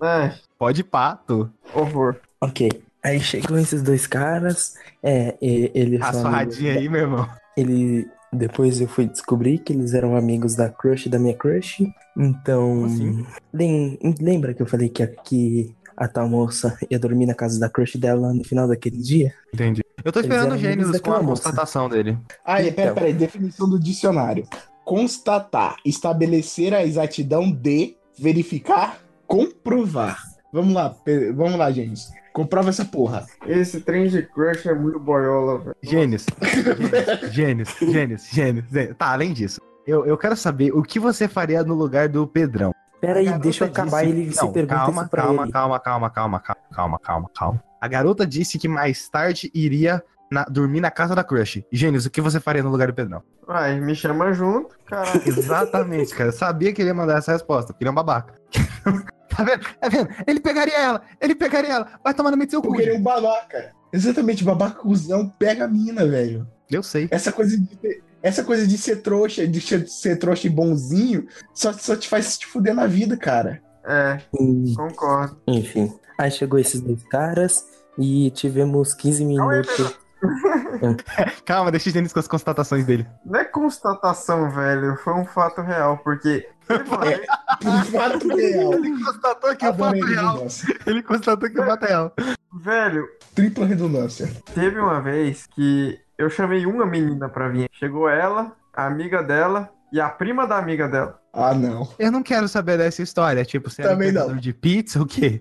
Speaker 3: ah
Speaker 2: Pode pato.
Speaker 3: horror.
Speaker 4: Ok. Aí chegam esses dois caras. É, e- eles
Speaker 2: A
Speaker 4: são amigos
Speaker 2: surradinha aí, meu irmão.
Speaker 4: Ele. Depois eu fui descobrir que eles eram amigos da crush da minha crush. Então.
Speaker 2: Como assim?
Speaker 4: lem- lembra que eu falei que a, que a tal moça ia dormir na casa da crush dela no final daquele dia?
Speaker 2: Entendi. Eu tô
Speaker 4: Eles
Speaker 2: esperando
Speaker 4: eram
Speaker 2: o
Speaker 4: amigos
Speaker 2: Gênesis com a
Speaker 4: daquela moça.
Speaker 2: constatação dele.
Speaker 1: Ah, é, peraí,
Speaker 4: Então.
Speaker 1: peraí, definição do dicionário. Constatar, estabelecer a exatidão de, verificar, comprovar. Vamos lá, pe- vamos lá, gente. Comprova essa porra.
Speaker 3: Esse trem de crush é muito boiola, velho.
Speaker 2: Gênesis. Gênesis, Gênesis, Gênesis, Gênesis. Tá, além disso, eu, eu quero saber o que você faria no lugar do Pedrão.
Speaker 4: Pera aí,
Speaker 2: A garota
Speaker 4: deixa eu acabar
Speaker 2: disse-
Speaker 4: ele se
Speaker 2: Não,
Speaker 4: pergunta
Speaker 2: calma,
Speaker 4: isso pra
Speaker 2: calma,
Speaker 4: ele.
Speaker 2: calma, calma, calma, calma, calma, calma, calma. A garota disse que mais tarde iria na- dormir na casa da crush. Gênesis, o que você faria no lugar do Pedrão?
Speaker 3: Vai, me chama junto, caralho.
Speaker 2: Exatamente, cara. Eu sabia que ele ia mandar essa resposta, porque ele é um babaca. tá vendo? Tá vendo? Ele pegaria ela, ele pegaria ela. Vai tomar no meio do seu cu.
Speaker 1: Porque ele é
Speaker 2: Gênesis.
Speaker 1: um babaca. Exatamente, babaca cuzão pega a mina, velho.
Speaker 2: Eu sei.
Speaker 1: Essa coisa de ter- essa coisa de ser trouxa, de ser, ser trouxa e bonzinho, só, só te faz te fuder na vida, cara.
Speaker 3: É,
Speaker 4: Hum,
Speaker 3: concordo.
Speaker 4: Enfim. Aí chegou esses dois caras e tivemos 15
Speaker 3: Calma aí,
Speaker 4: minutos.
Speaker 2: Calma, deixa o Gênesis com as constatações dele.
Speaker 3: Não é constatação, velho. Foi um fato real, porque. Ele falou,
Speaker 1: Por fato real.
Speaker 2: Ele constatou que o
Speaker 1: Adorei
Speaker 2: fato
Speaker 1: a
Speaker 2: real.
Speaker 1: redundância.
Speaker 2: Tá Ele constatou que o fato é real.
Speaker 3: velho,
Speaker 1: Tripla redundância.
Speaker 3: Teve uma vez que eu chamei uma menina pra vir. Chegou ela, a amiga dela e a prima da amiga dela.
Speaker 1: Ah, não.
Speaker 2: Eu não quero saber dessa história. Tipo, você era
Speaker 1: Também não.
Speaker 2: vendedor de pizza, o quê?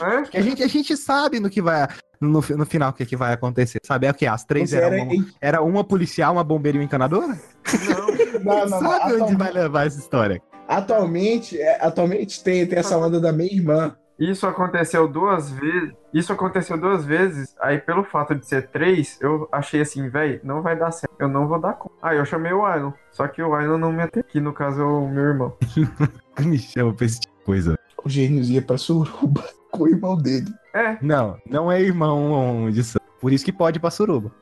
Speaker 3: Hã?
Speaker 2: A gente, a gente sabe no que vai. No, fi- no final, o que, que vai acontecer. Sabe? É o quê? As três
Speaker 1: Você
Speaker 2: eram
Speaker 1: era-
Speaker 2: uma, era uma policial, uma bombeira e uma encanadora?
Speaker 3: Não,
Speaker 1: Não, não, não.
Speaker 2: sabe onde
Speaker 1: Atualmente-
Speaker 2: vai levar essa história?
Speaker 1: Atualmente, é, atualmente tem, tem essa onda da minha irmã.
Speaker 3: isso aconteceu duas vezes. Isso aconteceu duas vezes. Aí, pelo fato de ser três, eu achei assim, velho, não vai dar certo. Eu não vou dar conta. Aí eu chamei o Ailon. Só que o Ailon não me atendeu. Que no caso é o meu irmão.
Speaker 2: Me chama pra esse tipo de coisa.
Speaker 1: O Gênios ia pra Suruba com o irmão dele.
Speaker 3: É,
Speaker 2: Não, não é irmão de sangue. Por isso que pode ir pra suruba.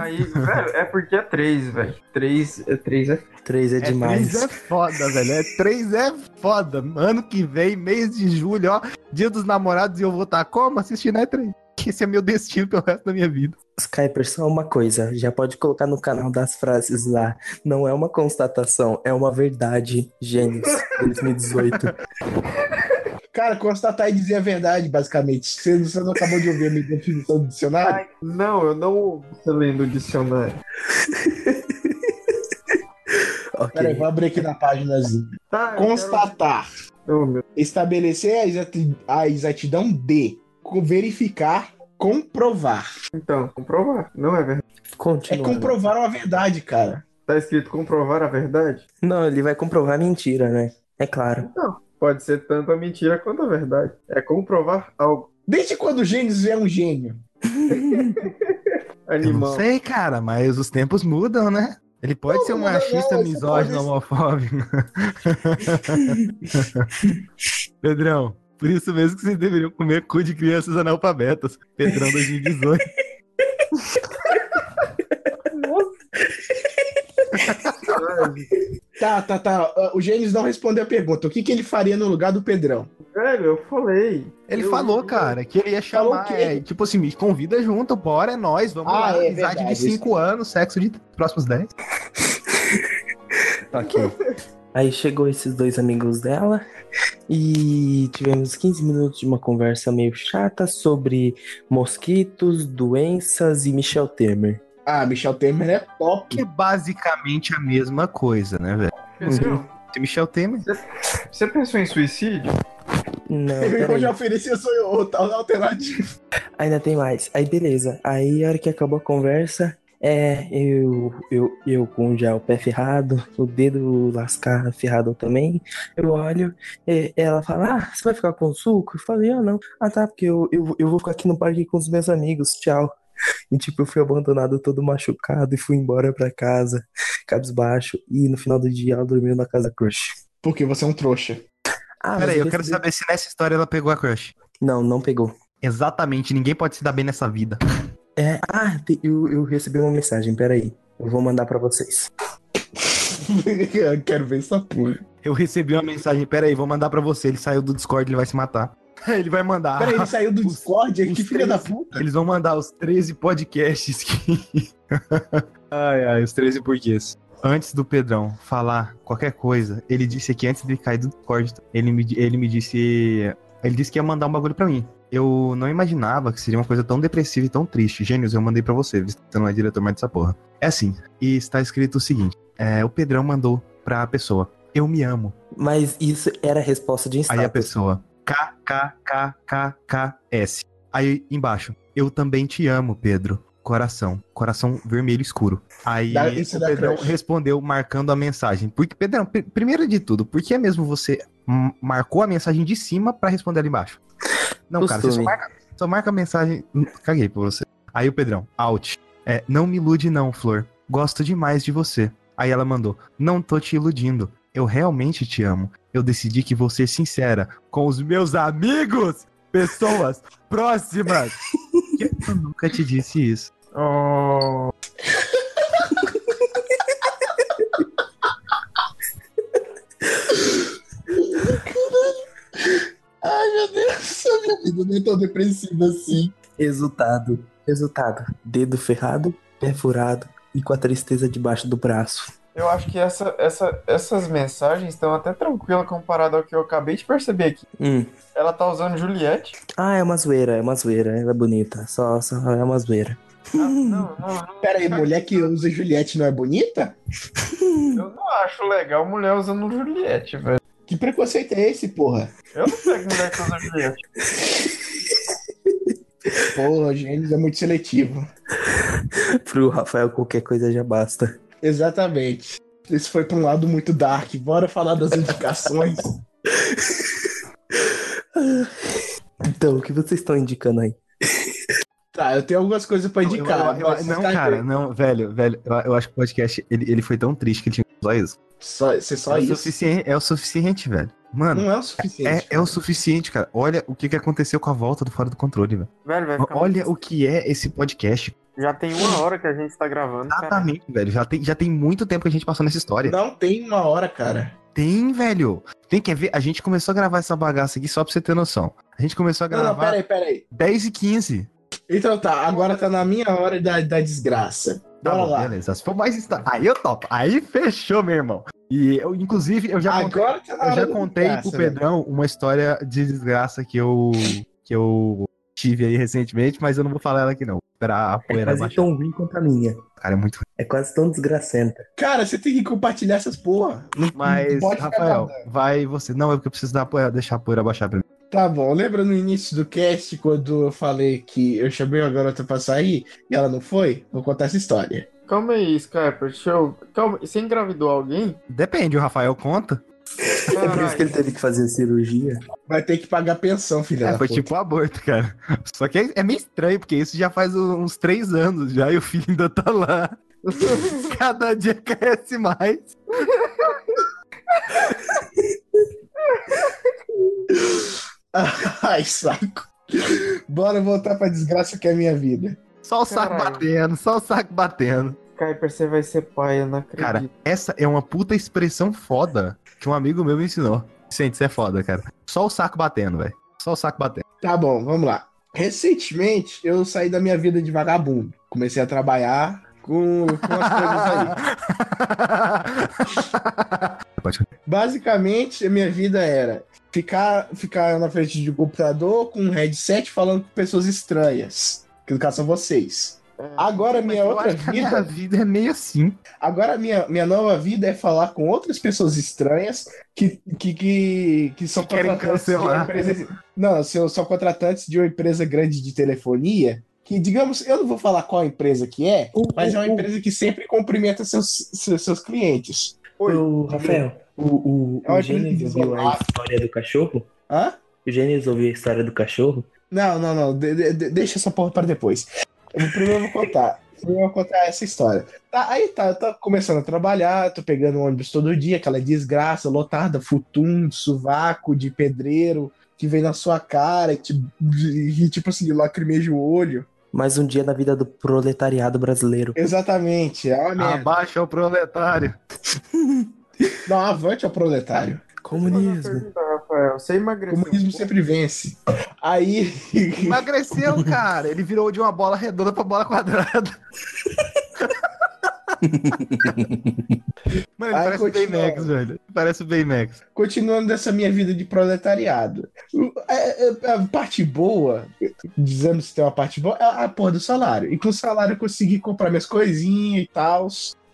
Speaker 3: aí, velho, é porque é três, velho. Três, é três é.
Speaker 4: Três é demais.
Speaker 2: Três é foda, velho. É três é foda. Ano que vem, mês de julho, ó. Dia dos namorados e eu vou estar como? Assistindo E3. Esse é meu destino pelo resto da minha vida.
Speaker 4: Skyper, só uma coisa, já pode colocar no canal das frases lá. Não é uma constatação, é uma verdade. Gênios, 2018.
Speaker 1: Cara, constatar e dizer a verdade, basicamente. Você, você não acabou de ouvir a minha definição do dicionário?
Speaker 3: Não, eu não ouvi você lendo o dicionário.
Speaker 1: Peraí,
Speaker 4: Ok.
Speaker 1: vou abrir aqui na paginazinha.
Speaker 3: Tá, eu quero-
Speaker 1: Constatar.
Speaker 3: Ô, meu
Speaker 1: Estabelecer a, exati- a exatidão de. co- Verificar. Comprovar.
Speaker 3: Então, comprovar, não é verdade.
Speaker 1: É
Speaker 4: Continua.
Speaker 1: comprovar uma verdade, cara.
Speaker 3: Tá escrito comprovar a verdade?
Speaker 4: Não, ele vai comprovar a mentira, né? É claro.
Speaker 3: Pode ser tanto a mentira quanto a verdade. É comprovar algo.
Speaker 1: Desde quando o Gênios é um gênio?
Speaker 2: Eu não
Speaker 3: Animal.
Speaker 2: sei, cara, mas os tempos mudam, né? Ele pode ser um
Speaker 1: muda
Speaker 2: machista,
Speaker 1: não, você
Speaker 2: misógino,
Speaker 1: pode-
Speaker 2: homofóbico. Pedrão, por isso mesmo que vocês deveriam comer cu de crianças analfabetas. Pedrão 2018.
Speaker 1: Tá, tá, tá. Ah, O Gênios não respondeu a pergunta. O que, que ele faria no lugar do Pedrão?
Speaker 3: Velho, eu falei.
Speaker 2: Ele
Speaker 3: Eu-
Speaker 2: falou, cara, que ele ia
Speaker 1: Falou
Speaker 2: chamar.
Speaker 1: o quê?
Speaker 2: é, tipo assim, me convida junto, bora, é nóis, vamos
Speaker 1: Ah,
Speaker 2: lá.
Speaker 1: é
Speaker 2: amizade
Speaker 1: verdade,
Speaker 2: Tá de 5 anos, sexo de próximos 10. ok.
Speaker 4: Aí chegou esses dois amigos dela e tivemos 15 minutos de uma conversa meio chata sobre mosquitos, doenças e Michel Temer.
Speaker 1: Ah, Michel Temer é top.
Speaker 2: Que é basicamente a mesma coisa, né, velho?
Speaker 3: Pensou?
Speaker 2: Se Michel Temer.
Speaker 3: Você pensou em suicídio?
Speaker 4: Não,
Speaker 1: Eu
Speaker 4: peraí.
Speaker 1: já ofereci a sua outra alternativa.
Speaker 4: Ainda tem mais. Aí beleza. Aí a hora que acabou a conversa, é, eu, eu, eu com já o pé ferrado, o dedo lascado ferrado também, eu olho, e ela fala, ah, você vai ficar com o suco? Eu falei, ah, não. Ah, tá, porque eu, eu, eu vou ficar aqui no parque com os meus amigos, tchau. E tipo, eu fui abandonado todo machucado e fui embora pra casa, cabisbaixo, e no final do dia ela dormiu na casa da crush.
Speaker 1: Porque você é um trouxa.
Speaker 4: Ah, mas
Speaker 2: Peraí, eu quero
Speaker 4: percebi-
Speaker 2: saber se nessa história ela pegou a crush.
Speaker 4: Não, não pegou.
Speaker 2: Exatamente, ninguém pode se dar bem nessa vida.
Speaker 4: É, ah, te- eu, eu recebi uma mensagem, peraí. Eu vou mandar pra vocês.
Speaker 1: Eu Quero ver essa porra.
Speaker 2: Eu recebi uma mensagem, peraí, vou mandar pra você. Ele saiu do Discord, ele vai se matar. Ele vai mandar.
Speaker 1: Peraí, ele saiu do
Speaker 2: os-
Speaker 1: Discord?
Speaker 2: os
Speaker 1: Que filha
Speaker 2: três.
Speaker 1: da puta.
Speaker 2: Eles vão mandar os 13 podcasts que. ai, ai, os 13 porquês. Antes do Pedrão falar qualquer coisa, ele disse aqui antes de cair do Discord, ele me, ele me disse. Ele disse que ia mandar um bagulho pra mim. Eu não imaginava que seria uma coisa tão depressiva e tão triste. Gênios, eu mandei pra você, visto que você não é diretor mais dessa porra. É assim, e está escrito o seguinte: é, o Pedrão mandou pra pessoa, eu me amo.
Speaker 4: Mas isso era a resposta de
Speaker 2: Aí a
Speaker 4: status.
Speaker 2: pessoa, KKKKKS. Aí embaixo, eu também te amo, Pedro. Coração, coração vermelho escuro. Aí
Speaker 1: Dá- isso
Speaker 2: o
Speaker 1: dá
Speaker 2: Pedrão
Speaker 1: crush.
Speaker 2: respondeu marcando a mensagem. Porque, Pedrão, pr- primeiro de tudo, por que mesmo você hum, marcou a mensagem de cima pra responder ali embaixo? Não, cara, você só
Speaker 4: Costume.
Speaker 2: marca, só marca a mensagem. Hum, Caguei pra você. Aí o Pedrão, out. É, não me ilude, não, Flor. Gosto demais de você. Aí ela mandou: Não tô te iludindo. Eu realmente te amo. Eu decidi que vou ser sincera com os meus amigos, pessoas próximas. Eu nunca te disse isso.
Speaker 3: Oh,
Speaker 1: Ai, meu Deus, a minha vida não é tão depressiva assim.
Speaker 4: Resultado. Resultado. Dedo ferrado, pé furado e com a tristeza debaixo do braço.
Speaker 3: eu acho que essa, essa, essas mensagens estão até tranquilas comparado ao que eu acabei de perceber aqui.
Speaker 4: Hum.
Speaker 3: Ela tá usando Juliette.
Speaker 4: Ah, é uma zoeira, é uma zoeira. Ela é bonita. Só, só é uma zoeira.
Speaker 3: Não, não,
Speaker 1: Pera aí, mulher que usa Juliette não é bonita?
Speaker 3: eu não acho legal é mulher usando Juliette, velho.
Speaker 1: Que preconceito é esse, porra?
Speaker 3: Eu não pego mulher que usa Juliette.
Speaker 1: Porra, Gênesis é muito seletivo.
Speaker 4: Pro Rafael, qualquer coisa já basta.
Speaker 1: Exatamente. Isso foi pra um lado muito dark. Bora falar das indicações.
Speaker 4: Então, o que vocês estão indicando aí?
Speaker 1: tá, eu tenho algumas coisas pra
Speaker 2: Eu-
Speaker 1: indicar.
Speaker 2: eu- eu-
Speaker 1: mas tá
Speaker 2: não,
Speaker 1: vocês
Speaker 2: cara,
Speaker 1: acham-
Speaker 2: não, velho, velho. Eu, eu acho que o podcast ele, ele foi tão triste que ele tinha que usar isso.
Speaker 1: Só, você só
Speaker 2: é, O
Speaker 1: isso.
Speaker 2: suficiente, é o suficiente, velho. Mano,
Speaker 1: Não é o suficiente.
Speaker 2: é, é o suficiente, cara. Olha o que, que aconteceu com a volta do Fora do Controle, velho.
Speaker 3: Velho, vai ficar.
Speaker 2: Olha o que é esse podcast.
Speaker 3: Já tem uma hora que a gente tá gravando. cara.
Speaker 2: Exatamente, velho. Já tem, já tem muito tempo que a gente passou nessa história.
Speaker 1: Não tem uma hora, cara.
Speaker 2: Tem, velho. Tem que ver. A gente começou a gravar essa bagaça aqui só pra você ter noção. A gente começou a
Speaker 1: Não, não, pera
Speaker 2: gravar
Speaker 1: aí, pera aí.
Speaker 2: 10 e 15.
Speaker 1: Então tá, agora tá na minha hora da, da desgraça.
Speaker 2: Tá
Speaker 1: Bora
Speaker 2: bom,
Speaker 1: lá.
Speaker 2: beleza. Se for mais insta- Aí eu topo. Aí fechou, meu irmão. E eu, inclusive, eu já contei,
Speaker 1: Agora tá na
Speaker 2: eu
Speaker 1: hora
Speaker 2: já
Speaker 1: da
Speaker 2: contei pro
Speaker 1: desgraça, velho.
Speaker 2: Pedrão uma história de desgraça que eu, que eu tive aí recentemente, mas eu não vou falar ela aqui, não. Esperar a
Speaker 4: É
Speaker 2: poeira
Speaker 4: quase
Speaker 2: baixar.
Speaker 4: tão ruim quanto a minha.
Speaker 2: Cara, é muito ruim.
Speaker 4: É quase tão desgracenta.
Speaker 1: Cara, você tem que compartilhar essas porra.
Speaker 2: Mas,
Speaker 1: pode ficar
Speaker 2: Rafael, vai você. Não, é porque eu preciso dar a poeira, deixar a poeira baixar pra mim.
Speaker 1: Tá bom, lembra no início do cast quando eu falei que eu chamei uma garota pra sair e ela não foi? Vou contar essa história.
Speaker 3: Calma aí, Skype. Deixa eu. Calma. Você engravidou alguém?
Speaker 2: Depende, o Rafael conta.
Speaker 4: É por isso que ele teve que fazer cirurgia.
Speaker 1: Vai ter que pagar pensão, filha
Speaker 2: É,
Speaker 1: da
Speaker 2: foi
Speaker 1: puta.
Speaker 2: tipo um aborto, cara. Só que é, é meio estranho, porque isso já faz um, uns três anos já e o filho ainda tá lá. Cada dia cresce mais.
Speaker 1: Ai, saco. Bora voltar pra desgraça que é a minha vida.
Speaker 2: Só o saco
Speaker 3: Caralho.
Speaker 2: batendo, só o saco batendo.
Speaker 3: Skyper, você vai ser pai, eu não acredito.
Speaker 2: Cara, essa é uma puta expressão foda que um amigo meu me ensinou. Gente, isso é foda, cara. Só o saco batendo, velho. Só o saco batendo.
Speaker 1: Tá bom, vamos lá. Recentemente, eu saí da minha vida de vagabundo. Comecei a trabalhar com, com as coisas aí.
Speaker 2: Pode ótimo.
Speaker 1: Basicamente, a minha vida era ficar, ficar na frente de um computador com um headset falando com pessoas estranhas. Que no caso são vocês. Agora a minha
Speaker 2: É. Eu
Speaker 1: É outra
Speaker 2: acho que a
Speaker 1: vida.
Speaker 2: minha vida é meio assim.
Speaker 1: Agora minha, minha nova vida é falar com outras pessoas estranhas que, que, que, que são
Speaker 2: Que querem
Speaker 1: contratantes de
Speaker 2: cancelar.
Speaker 1: uma empresa. Não, são, são contratantes de uma empresa grande de telefonia. Que, digamos, eu não vou falar qual empresa que é, mas é uma empresa que sempre cumprimenta seus, seus, seus clientes.
Speaker 4: Ô, Rafael, o, o,
Speaker 1: Eu
Speaker 4: o
Speaker 1: acho
Speaker 4: Gênesis
Speaker 1: que eles
Speaker 4: ouviu
Speaker 1: vão lá.
Speaker 4: a história do cachorro?
Speaker 1: Hã?
Speaker 4: O Gênesis ouviu a história do cachorro?
Speaker 1: Não, não, não. de- de- de- deixa essa porra para depois. Eu primeiro vou contar. Primeiro eu vou contar essa história. Tá, aí tá, eu tô começando a trabalhar, tô pegando ônibus todo dia, aquela desgraça lotada, futum, sovaco de pedreiro que vem na sua cara e, te- e, tipo assim, lacrimeja o olho.
Speaker 4: Mais um dia da vida do proletariado brasileiro.
Speaker 1: Exatamente. É
Speaker 2: Tá
Speaker 1: uma merda.
Speaker 2: Abaixa o proletário.
Speaker 1: Dá um avante ao proletário.
Speaker 3: Deixa eu fazer uma
Speaker 4: Comunismo.
Speaker 3: pergunta, Rafael. Você
Speaker 1: O
Speaker 3: emagreceu.
Speaker 1: comunismo sempre vence. Aí.
Speaker 2: Emagreceu, cara. Ele virou de uma bola redonda pra bola quadrada. Mano, ele
Speaker 1: Ai,
Speaker 2: parece o
Speaker 1: continua.
Speaker 2: Baymax, velho. Parece o Baymax.
Speaker 1: continuando dessa minha vida de proletariado. É, é, A, parte boa, dizendo se tem uma parte boa, é a porra do salário. E com o salário eu consegui comprar minhas coisinhas e tal.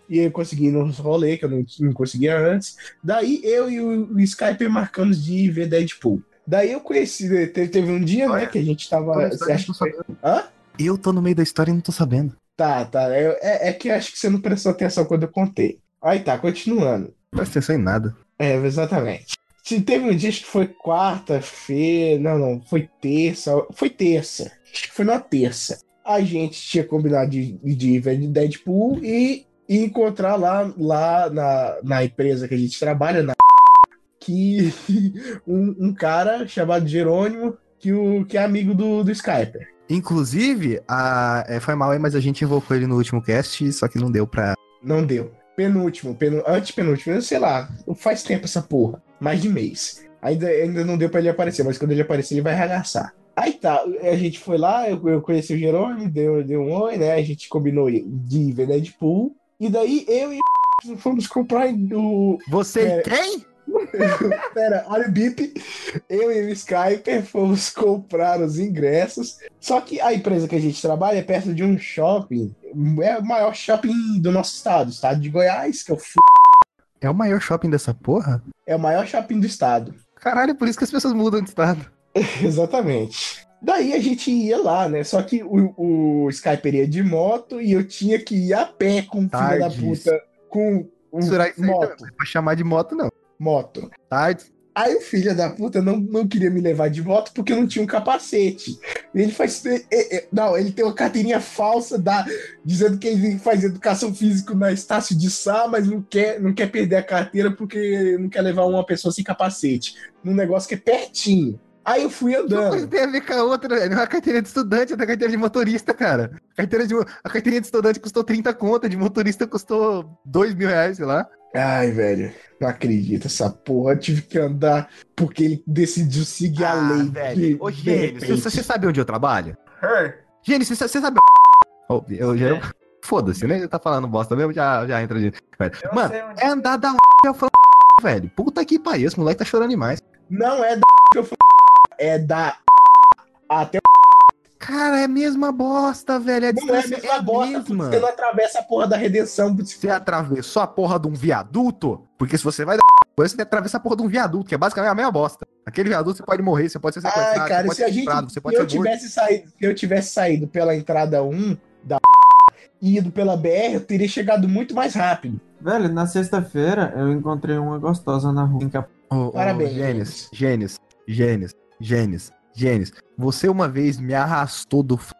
Speaker 1: E eu consegui ir nos rolê que eu não, não conseguia antes. Daí eu e o, o Skype marcamos de ir ver Deadpool. Daí eu conheci, te- teve, um dia, né, que a gente tava.
Speaker 2: Olha, é eu
Speaker 1: acho
Speaker 2: não
Speaker 1: que foi- Hã?
Speaker 2: Eu tô no meio da história e não tô sabendo.
Speaker 1: Tá, tá. eu- É, é que eu acho que você não prestou atenção quando eu contei. Aí tá, continuando.
Speaker 2: Não presta atenção em nada.
Speaker 1: É, exatamente. Se teve um dia acho que foi quarta-feira, não, não, foi terça, foi terça, acho que foi na terça. A gente tinha combinado de, de ir ver Deadpool e, e encontrar lá, lá na, na empresa que a gente trabalha, na que um, um cara chamado Jerônimo, que, o, que é amigo do, do Skype.
Speaker 2: Inclusive, a... é, foi mal aí, mas a gente invocou ele no último cast, só que não deu pra.
Speaker 1: Não deu. Penúltimo, penu... antepenúltimo, eu sei lá. Faz tempo essa porra. Mais de mês. Ainda, ainda não deu pra ele aparecer, mas quando ele aparecer, ele vai arregaçar. Aí tá, a gente foi lá, eu, eu conheci o Jerônimo, deu, deu um oi, né? A gente combinou de ver Deadpool. E daí eu e o fomos comprar o.
Speaker 2: Você
Speaker 1: É.
Speaker 2: quem?
Speaker 1: Pera, olha o bip. Eu e o Skype fomos comprar os ingressos. Só que a empresa que a gente trabalha é perto de um shopping. É o maior shopping do nosso estado, estado de Goiás, que é o
Speaker 2: É o maior shopping dessa porra?
Speaker 1: É o maior shopping do estado.
Speaker 2: Caralho, é por isso que as pessoas mudam de estado.
Speaker 1: Exatamente. Daí a gente ia lá, né? Só que o, o Skyper ia de moto e eu tinha que ir a pé com o filho da
Speaker 2: Tardes.
Speaker 1: puta. Com um,
Speaker 2: Misturar isso aí é
Speaker 1: moto.
Speaker 2: Pra chamar de moto, não. tá?
Speaker 1: Moto.
Speaker 2: Tarde.
Speaker 1: Aí o filho da puta não, não queria me levar de moto porque eu não tinha um capacete. Ele faz. é, é, não, ele tem uma carteirinha falsa da, dizendo que ele faz educação física na Estácio de Sá, mas não quer, não quer perder a carteira porque não quer levar uma pessoa sem capacete. Num negócio que é pertinho. Aí eu fui
Speaker 2: Uma
Speaker 1: andando.
Speaker 2: coisa tem a ver com a outra, velho. Uma carteirinha de estudante, outra carteira de motorista, cara. A carteira de, a carteirinha de estudante custou 30 conto, a de motorista custou 2 mil reais, sei lá.
Speaker 1: Ai, velho, não acredito essa porra. Eu tive que andar porque ele decidiu seguir a lei. de-
Speaker 2: Ah, Ô,
Speaker 1: de
Speaker 2: Gênio, você-
Speaker 1: repente.
Speaker 2: você sabe onde eu trabalho?
Speaker 3: Hey,
Speaker 2: Gênio, você, você sabe. Ô, eu já. Foda-se, né? Já tá falando bosta mesmo, já, já entra de. velho.
Speaker 3: eu
Speaker 2: Mano,
Speaker 3: sei onde
Speaker 2: é andar da. Eu falo, velho. Puta que pariu, esse moleque tá chorando demais.
Speaker 1: Não é da que eu fui. É da. Até
Speaker 2: Cara, é a mesma bosta, velho. A
Speaker 1: não é a
Speaker 2: distância
Speaker 1: mesma bosta, porque você não atravessa a porra da redenção.
Speaker 2: Você atravessou a porra de um viaduto? Porque se você vai dar coisa, você atravessa a porra de um viaduto, que é basicamente a mesma bosta. Aquele viaduto você pode morrer, você pode ser sequestrado,
Speaker 1: Ai, cara,
Speaker 2: você pode
Speaker 1: se a
Speaker 2: ser
Speaker 1: gente.
Speaker 2: estuprado, você
Speaker 1: Se
Speaker 2: pode
Speaker 1: eu,
Speaker 2: ser morto.
Speaker 1: tivesse saído, se eu tivesse saído pela entrada 1 da. e ido pela BR, eu teria chegado muito mais rápido.
Speaker 3: Velho, na sexta-feira eu encontrei uma gostosa na rua. em Cap-
Speaker 2: Ô, ô,
Speaker 1: Parabéns,
Speaker 2: Gênesis, Gênesis, Gênesis, Gênesis, Gênesis. Você uma vez me arrastou do f...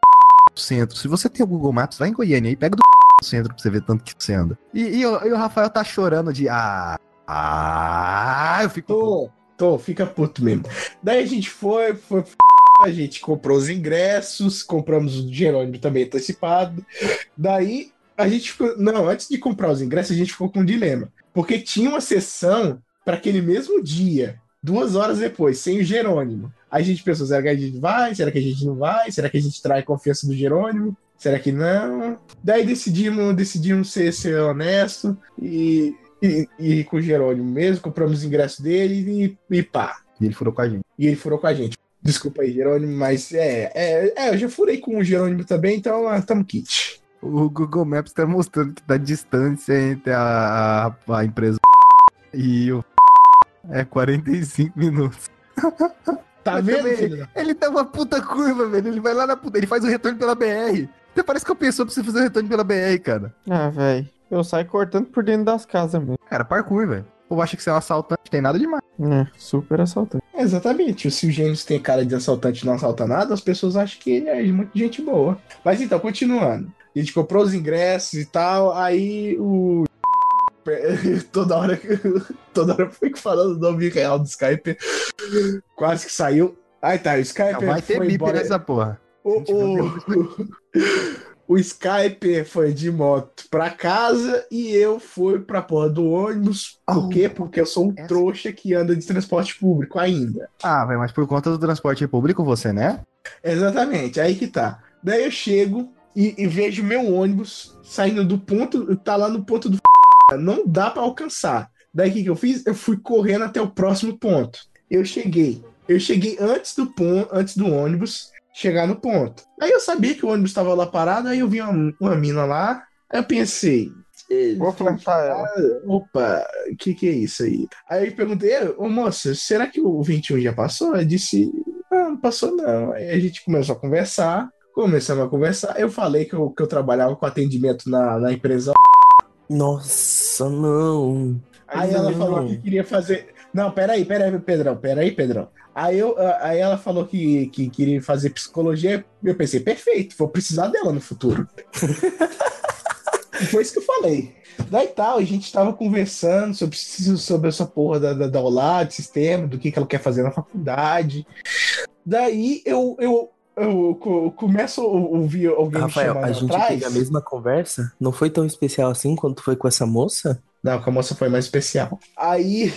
Speaker 2: centro. Se você tem o Google Maps, vai em Goiânia aí, pega do f... centro pra você ver tanto que você anda. E, e o, e o Rafael tá chorando de. Ah, ah, eu fico.
Speaker 1: Tô, tô, fica puto mesmo. Daí a gente foi, foi, f- a gente comprou os ingressos, compramos o Jerônimo também antecipado. Daí a gente ficou, não, antes de comprar os ingressos, a gente ficou com um dilema, porque tinha uma sessão para aquele mesmo dia, duas horas depois, sem o Jerônimo. Aí a gente pensou, será que a gente vai? Será que a gente não vai? Será que a gente trai a confiança do Jerônimo? Será que não? Daí decidimos, decidimos ser, ser honesto e e, e com o Jerônimo mesmo, compramos o ingresso dele e, e pá.
Speaker 2: E ele furou com a gente.
Speaker 1: E ele furou com a gente. Desculpa aí, Jerônimo, mas é. É, é, eu já furei com o Jerônimo também, então ah, tamo kit.
Speaker 2: O Google Maps tá mostrando que tá a distância entre a, a, a empresa e o é 45 minutos.
Speaker 1: Tá
Speaker 2: Mas
Speaker 1: vendo,
Speaker 2: também- né?
Speaker 1: filho? da-
Speaker 2: Ele dá uma puta curva, velho. Ele vai lá na puta. Ele faz o retorno pela BR. Até parece que eu pensou pra você fazer o retorno pela BR, cara.
Speaker 3: Ah, velho. Eu saio cortando por dentro das casas mesmo.
Speaker 2: Cara, parkour, velho. Ou acha que você é um assaltante, tem nada demais.
Speaker 3: É, super assaltante.
Speaker 1: Exatamente. Se o Gênesis tem cara de assaltante e não assalta nada, as pessoas acham que ele é muito gente boa. Mas então, continuando. A gente comprou os ingressos e tal, aí o. Toda hora, que- toda hora eu fico falando o nome real do Skype. Quase que saiu. Aí tá, o Skype
Speaker 2: vai ter
Speaker 1: foi
Speaker 2: bip né?
Speaker 1: embora.
Speaker 2: nessa porra.
Speaker 1: O,
Speaker 2: Gente, meu
Speaker 1: o, o Skype foi de moto pra casa e eu fui pra porra do ônibus. Por
Speaker 2: Oh.
Speaker 1: quê? Porque eu sou um
Speaker 2: Essa-
Speaker 1: trouxa que anda de transporte público ainda.
Speaker 2: Ah, velho, mas por conta do transporte público, você, né?
Speaker 1: Exatamente, aí que tá. Daí eu chego e, e vejo meu ônibus saindo do ponto, tá lá no ponto do f***. não dá pra alcançar. Daí o que, que eu fiz? Eu fui correndo até o próximo ponto. Eu cheguei. Eu cheguei antes do ponto, antes do ônibus chegar no ponto. Aí eu sabia que o ônibus estava lá parado, aí eu vi uma, uma mina lá, aí eu pensei, "Eh,
Speaker 3: Vou flertar ela.
Speaker 1: opa, o que que é isso aí? Aí eu perguntei, "É, ô moça, será que o 21 já passou? Ela disse, "Ah, não, não passou não. Aí a gente começou a conversar, começamos a conversar. Eu falei que eu, que eu trabalhava com atendimento na, na empresa.
Speaker 4: Nossa, não.
Speaker 1: Aí
Speaker 3: você
Speaker 1: ela
Speaker 3: vem-
Speaker 1: falou que queria fazer. Não, peraí, peraí, Pedrão, peraí, Pedrão. Aí, eu, ah, aí ela falou que, que queria fazer psicologia. Eu pensei, perfeito, vou precisar dela no futuro. Foi isso que eu falei. Daí tal, a gente tava conversando sobre, sobre essa porra da, da, da OLAD, sistema, do que, que ela quer fazer na faculdade. Daí eu, eu, eu co- começo a ouvir alguém
Speaker 4: Rafael,
Speaker 1: me
Speaker 4: a
Speaker 1: chamando
Speaker 4: gente
Speaker 1: atrás.
Speaker 4: teve a mesma conversa? Não foi tão especial assim quanto foi com essa moça?
Speaker 1: Não, que a moça foi mais especial. Aí.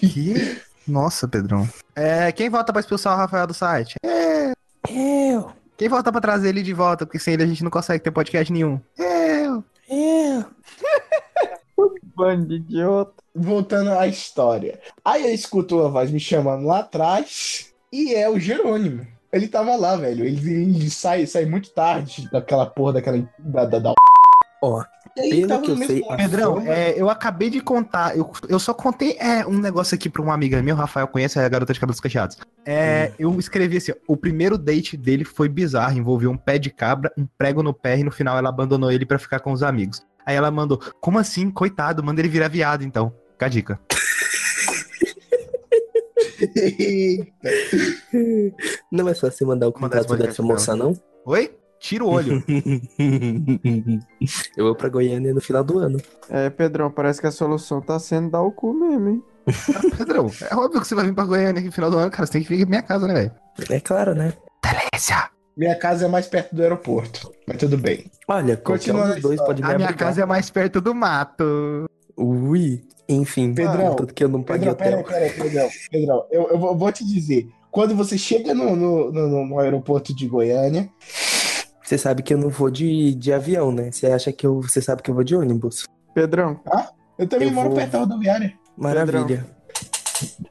Speaker 2: Que? Nossa, Pedrão. É, quem volta pra expulsar o Rafael do site? É,
Speaker 4: Eu,
Speaker 2: Quem volta pra trazer ele de volta? Porque sem ele a gente não consegue ter podcast nenhum. É, Eu.
Speaker 4: eu.
Speaker 3: Bando de idiota.
Speaker 1: voltando à história. Aí eu escuto uma voz me chamando lá atrás e é o Jerônimo. Ele tava lá, velho. Ele, ele sai, sai muito tarde daquela porra, daquela. Da, da, da...
Speaker 4: Ó,
Speaker 1: E aí
Speaker 4: pelo
Speaker 1: tava
Speaker 4: que
Speaker 1: no
Speaker 4: eu
Speaker 1: mesmo
Speaker 4: sei,
Speaker 1: lugar.
Speaker 4: a
Speaker 2: Pedrão,
Speaker 4: forma-
Speaker 2: é, eu acabei de contar, eu, eu só contei é, um negócio aqui pra uma amiga minha, o Rafael conhece, é a garota de cabelos cacheados. É, Eu escrevi assim, ó, o primeiro date dele foi bizarro, envolveu um pé de cabra, um prego no pé e no final ela abandonou ele pra ficar com os amigos. Aí ela mandou, como assim, coitado, manda ele virar viado então. Fica a dica.
Speaker 4: Não é só você mandar o
Speaker 2: Mandar esse
Speaker 4: contato
Speaker 2: podcast
Speaker 4: dessa moça, não?
Speaker 2: Oi? Tira o olho.
Speaker 4: Eu vou pra Goiânia no final do ano.
Speaker 3: É, Pedrão, parece que a solução tá sendo dar o cu mesmo, hein?
Speaker 2: Pedrão, é óbvio que você vai vir pra Goiânia no final do ano, cara, você tem que vir pra minha casa, né, velho?
Speaker 4: É claro, né?
Speaker 2: Delícia!
Speaker 1: Minha casa é mais perto do aeroporto. Mas tudo bem.
Speaker 4: Olha, qualquer
Speaker 1: Continua
Speaker 4: um
Speaker 1: a
Speaker 4: dos dois
Speaker 1: história.
Speaker 4: pode me
Speaker 2: A minha
Speaker 4: abrigar.
Speaker 2: casa é mais perto do mato.
Speaker 4: Ui. Enfim, Ah,
Speaker 1: Pedrão,
Speaker 4: tanto que eu não paguei
Speaker 1: Pedrão, peraí,
Speaker 4: hotel.
Speaker 1: peraí, Pedrão. Pedrão, eu, eu vou- vou te dizer. Quando você chega no, no, no- no aeroporto de Goiânia,
Speaker 4: Você sabe que eu não vou de, de avião, né? Você acha que eu. Você sabe que eu vou de ônibus.
Speaker 3: Pedrão,
Speaker 1: eu também
Speaker 4: Eu
Speaker 1: moro
Speaker 4: vou-
Speaker 1: perto da rodoviária.
Speaker 4: Maravilha.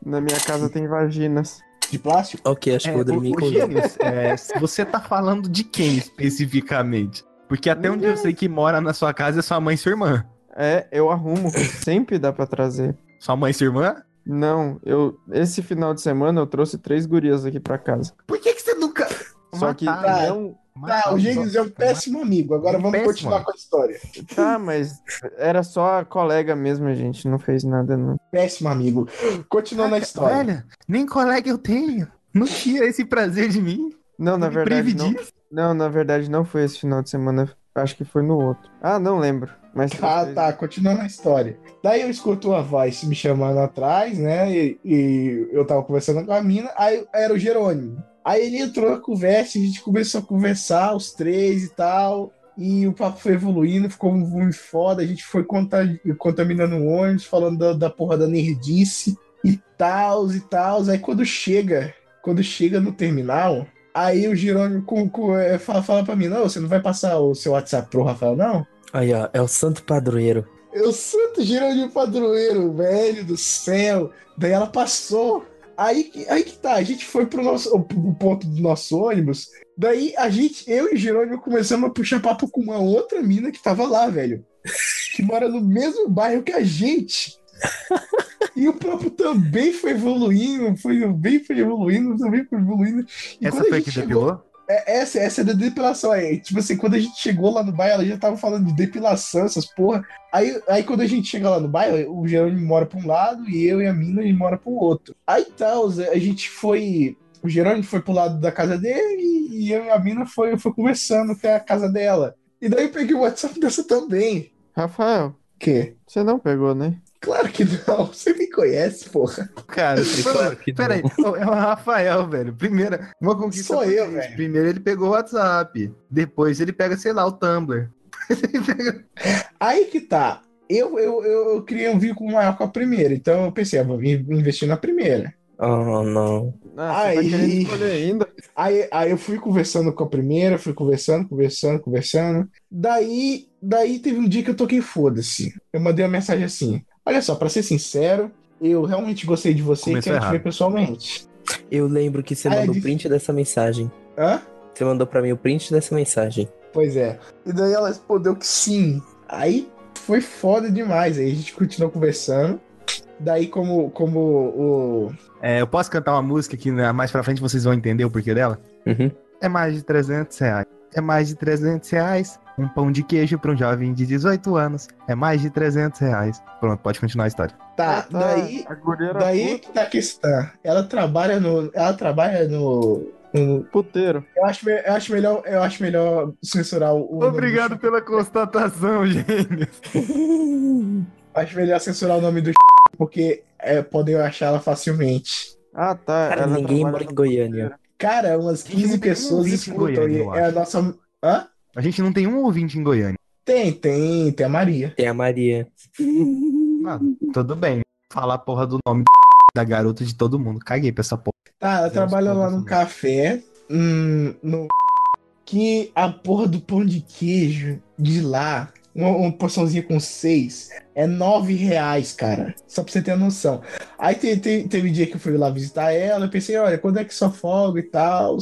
Speaker 3: na minha casa tem vaginas.
Speaker 1: De plástico?
Speaker 4: Ok, acho que eu
Speaker 2: É,
Speaker 4: vou dormir
Speaker 2: o, o
Speaker 4: com
Speaker 2: Gêmeos, é, se você tá falando de quem especificamente? Porque até onde eu sei que mora na sua casa é sua mãe e sua irmã.
Speaker 3: É, eu arrumo. Sempre dá pra trazer.
Speaker 2: Sua mãe e sua irmã?
Speaker 1: Ah,
Speaker 3: Não, eu. Esse final de semana eu trouxe três gurias aqui pra casa.
Speaker 2: Por que, que você nunca.
Speaker 3: Só que
Speaker 1: Tá.
Speaker 3: não.
Speaker 1: Tá, o Gênesis é um péssimo amigo. Agora
Speaker 2: Um
Speaker 1: vamos
Speaker 2: péssimo
Speaker 1: continuar
Speaker 2: amigo.
Speaker 1: com a história.
Speaker 3: Tá, mas era só a colega mesmo, gente. Não fez nada, não.
Speaker 1: Péssimo amigo. Continuando a história.
Speaker 2: Olha, nem colega eu tenho. Não tira esse prazer de mim.
Speaker 3: Não, na
Speaker 2: Me
Speaker 3: verdade.
Speaker 2: prive
Speaker 3: Não,
Speaker 2: disso.
Speaker 3: não, na verdade, não foi esse final de semana. Acho que foi no outro. Ah, não lembro. Mas
Speaker 1: Ah, tá, continuando a história. Daí eu escuto uma voz me chamando atrás, né? E, e eu tava conversando com a mina, aí era o Jerônimo. Aí ele entrou na conversa, a gente começou a conversar, os três e tal. E o papo foi evoluindo, ficou muito foda. A gente foi conta- contaminando o ônibus, falando da, da porra da nerdice e tal, e tal. Aí quando chega, quando chega no terminal, aí o Jerônimo com, com- é, fala, fala pra mim: Não, você não vai passar o seu WhatsApp pro Rafael, não?
Speaker 4: Aí, ó, é o santo padroeiro.
Speaker 1: Eu santo Geraldinho um Padroeiro, velho do céu. Daí ela passou. Aí, que- aí que tá, a gente foi pro, nosso, pro ponto do nosso ônibus. Daí a gente, eu e Jerônimo começamos a puxar papo com uma outra mina que tava lá, velho. Que mora no mesmo bairro que a gente. E o papo também foi evoluindo, foi bem foi evoluindo, também foi evoluindo. E
Speaker 2: Essa
Speaker 1: quando a
Speaker 2: foi a
Speaker 1: gente
Speaker 2: que
Speaker 1: chegou-
Speaker 2: depilou?
Speaker 1: é, essa, essa é da depilação aí. Tipo assim, quando a gente chegou lá no bairro, ela já tava falando de depilação, essas porra. Aí, aí quando a gente chega lá no bairro, o Jerônimo mora pra um lado e eu e a mina ele mora pro outro. Aí tal, Zé, a gente foi. O Jerônimo foi pro lado da casa dele e eu e a mina foi, foi conversando até a casa dela. E daí eu peguei o WhatsApp dessa também.
Speaker 3: Rafael,
Speaker 1: Que?
Speaker 3: você não pegou, né?
Speaker 1: Claro que não, você me conhece, porra.
Speaker 2: Cara,
Speaker 4: Claro que
Speaker 2: peraí, é o Rafael, velho. Primeira, uma conquista.
Speaker 1: Sou
Speaker 2: pra
Speaker 1: eu,
Speaker 2: gente.
Speaker 1: velho.
Speaker 2: Primeiro ele pegou o WhatsApp. Depois ele pega, sei lá, o Tumblr.
Speaker 1: Aí que tá. Eu, eu, eu, eu queria um vínculo maior com a primeira, então eu pensei, ah, vou investir na primeira.
Speaker 4: Oh, não.
Speaker 3: Ah,
Speaker 1: Ai.
Speaker 3: você tá querendo escolher ainda?
Speaker 1: Aí, aí eu fui conversando com a primeira, fui conversando, conversando, conversando. Daí, daí teve um dia que eu toquei foda-se. Eu mandei uma mensagem assim: Olha só, pra ser sincero, eu realmente gostei de você e
Speaker 2: Começou
Speaker 1: quero te
Speaker 2: errado.
Speaker 1: ver pessoalmente.
Speaker 4: Eu lembro que você
Speaker 1: Ah, é
Speaker 4: mandou o
Speaker 1: difícil.
Speaker 4: print dessa mensagem.
Speaker 1: Hã?
Speaker 4: Você mandou pra mim o print dessa mensagem.
Speaker 1: Pois é. E daí ela respondeu que sim. Aí foi foda demais. Aí a gente continuou conversando. Daí, como, como o.
Speaker 2: É, eu posso cantar uma música que né, mais pra frente vocês vão entender o porquê dela?
Speaker 4: Uhum.
Speaker 2: É mais de 300 reais. É mais de 300 reais. Um pão de queijo pra um jovem de 18 anos. É mais de 300 reais. Pronto, pode continuar a história.
Speaker 1: Tá,
Speaker 3: Ah, tá.
Speaker 1: daí.
Speaker 3: A guria era
Speaker 1: Daí que tá a questão. Ela trabalha no. Ela trabalha no. no
Speaker 3: pu- puteiro.
Speaker 1: Eu acho, me- eu acho melhor, eu acho melhor censurar o. o nome do-
Speaker 2: pela constatação, gente.
Speaker 1: Acho melhor censurar o nome do porque é, podem achar ela facilmente.
Speaker 3: Ah, tá.
Speaker 4: Cara,
Speaker 3: ela
Speaker 4: ninguém
Speaker 3: trabalha
Speaker 4: mora em
Speaker 3: no
Speaker 4: Goiânia.
Speaker 3: puteiro.
Speaker 1: Cara, umas
Speaker 2: Gente,
Speaker 1: 15
Speaker 2: não tem nenhum
Speaker 1: pessoas
Speaker 2: ouvinte em
Speaker 1: escutam
Speaker 2: Goiânia,
Speaker 1: e
Speaker 2: eu
Speaker 1: é a
Speaker 2: acho.
Speaker 1: nossa. Hã?
Speaker 2: A gente não tem um ouvinte em Goiânia.
Speaker 1: Tem, tem, tem a Maria.
Speaker 4: Tem a Maria.
Speaker 2: Ah, tudo bem. Falar a porra do nome da garota de todo mundo. Caguei pra essa porra.
Speaker 1: Tá, ela
Speaker 2: Deus,
Speaker 1: trabalha lá
Speaker 2: Deus,
Speaker 1: num
Speaker 2: Deus.
Speaker 1: café, hum, no que a porra do pão de queijo de lá, uma, uma porçãozinha com seis, é nove reais, cara. Só pra você ter noção. Aí te- te- teve dia que eu fui lá visitar ela, eu pensei, olha, quando é que só folga e tal?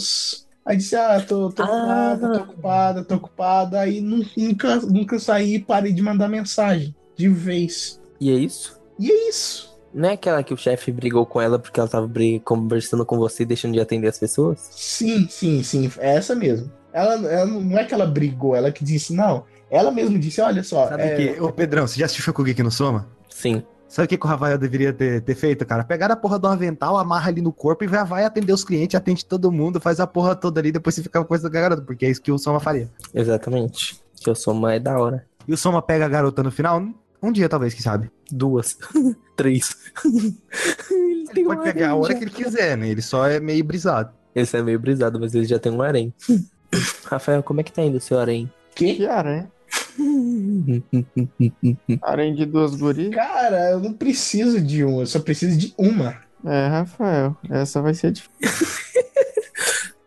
Speaker 1: Aí disse, ah, tô, tô
Speaker 4: Ah.
Speaker 1: ocupada, tô ocupada, tô ocupada. Aí nu- nunca, nunca saí e parei de mandar mensagem, de vez.
Speaker 4: E é isso?
Speaker 1: E é isso.
Speaker 4: Não é aquela que o chefe brigou com ela porque ela tava bri- conversando com você e deixando de atender as pessoas?
Speaker 1: Sim, sim, sim, é essa mesmo. Ela, ela não não é que ela brigou, ela que disse, não. Ela mesmo disse, olha só,
Speaker 2: Sabe
Speaker 1: é,
Speaker 2: que... Ô, Pedrão, você já assistiu o que no Soma?
Speaker 4: Sim.
Speaker 2: Sabe o que, que o Rafael deveria ter, ter feito, cara? Pegar a porra do avental, amarra ali no corpo e já vai atender os clientes, atende todo mundo, faz a porra toda ali, depois você fica com a coisa da garota, porque é isso que o Soma faria.
Speaker 4: Exatamente. Que eu sou mais da hora.
Speaker 2: E o Soma pega a garota no final, um dia talvez, que sabe.
Speaker 4: Duas. Três. ele
Speaker 2: Ele
Speaker 4: tem
Speaker 2: pode
Speaker 4: um
Speaker 2: pegar a
Speaker 4: harém
Speaker 2: hora
Speaker 4: já.
Speaker 2: que ele quiser, né? Ele só é meio brisado.
Speaker 4: Esse é meio brisado, mas ele já tem um harém. Rafael, como é que tá indo o seu harém?
Speaker 1: que?
Speaker 3: Que aranha? Aranha de duas gurias?
Speaker 1: Cara, eu não preciso de uma, eu só preciso de uma.
Speaker 3: É, Rafael. Essa vai ser difícil.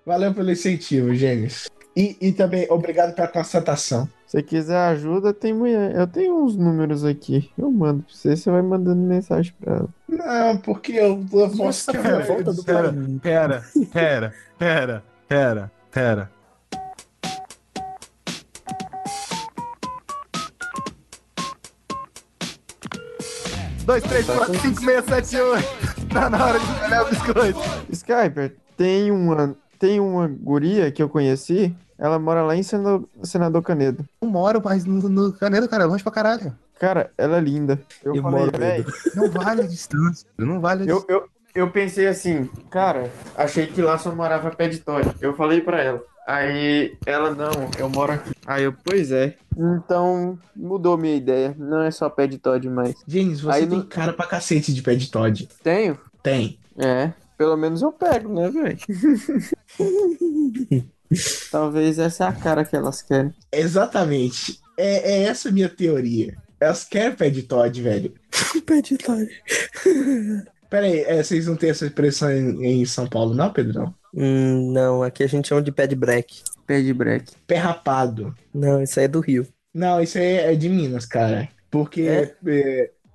Speaker 1: Valeu pelo incentivo, Gênesis. E, e também, obrigado pela constatação.
Speaker 3: Se quiser ajuda, tem mulher. Eu tenho uns números aqui. Eu mando pra você, você vai mandando mensagem pra ela.
Speaker 1: Não, porque eu, eu posso que
Speaker 2: Pera,
Speaker 1: eu...
Speaker 2: volta do pera, pera, pera, pera, pera, pera. Dois, três, quatro, cinco, seis, sete, oito. Tá na hora de olhar o biscoito.
Speaker 3: Skyper, tem uma, tem uma guria que eu conheci. Ela mora lá em Senador, Senador Canedo.
Speaker 2: Eu moro, mas no, no Canedo, cara, é longe pra caralho.
Speaker 3: Cara, ela é linda. Eu
Speaker 4: Eu
Speaker 3: falei,
Speaker 4: moro lá.
Speaker 3: véi.
Speaker 2: Não vale a distância. Não vale a
Speaker 3: Eu,
Speaker 2: distância.
Speaker 3: eu, eu pensei assim, cara, achei que lá só morava pé de Tony. Eu falei pra ela. Aí ela, não, eu moro aqui. Aí eu, pois é. Então mudou minha ideia. Não é só pé de Todd mais.
Speaker 1: Gênesis, você
Speaker 3: Aí
Speaker 1: tem
Speaker 3: não-
Speaker 1: cara pra cacete de pé de Todd.
Speaker 3: Tenho?
Speaker 1: Tem.
Speaker 3: É. Pelo menos eu pego, né, velho? Talvez essa é a cara que elas querem.
Speaker 1: Exatamente. É, é essa a minha teoria. Elas querem pé de Todd, velho.
Speaker 4: Pede tarde.
Speaker 1: Pera aí, é, vocês não têm essa expressão em, em São Paulo, não, Pedrão?
Speaker 4: Hum, não, aqui a gente chama de pé de break.
Speaker 3: Pé de break.
Speaker 1: Pé rapado.
Speaker 4: Não, isso aí é do Rio.
Speaker 1: Não, isso aí é de Minas, cara. Porque é.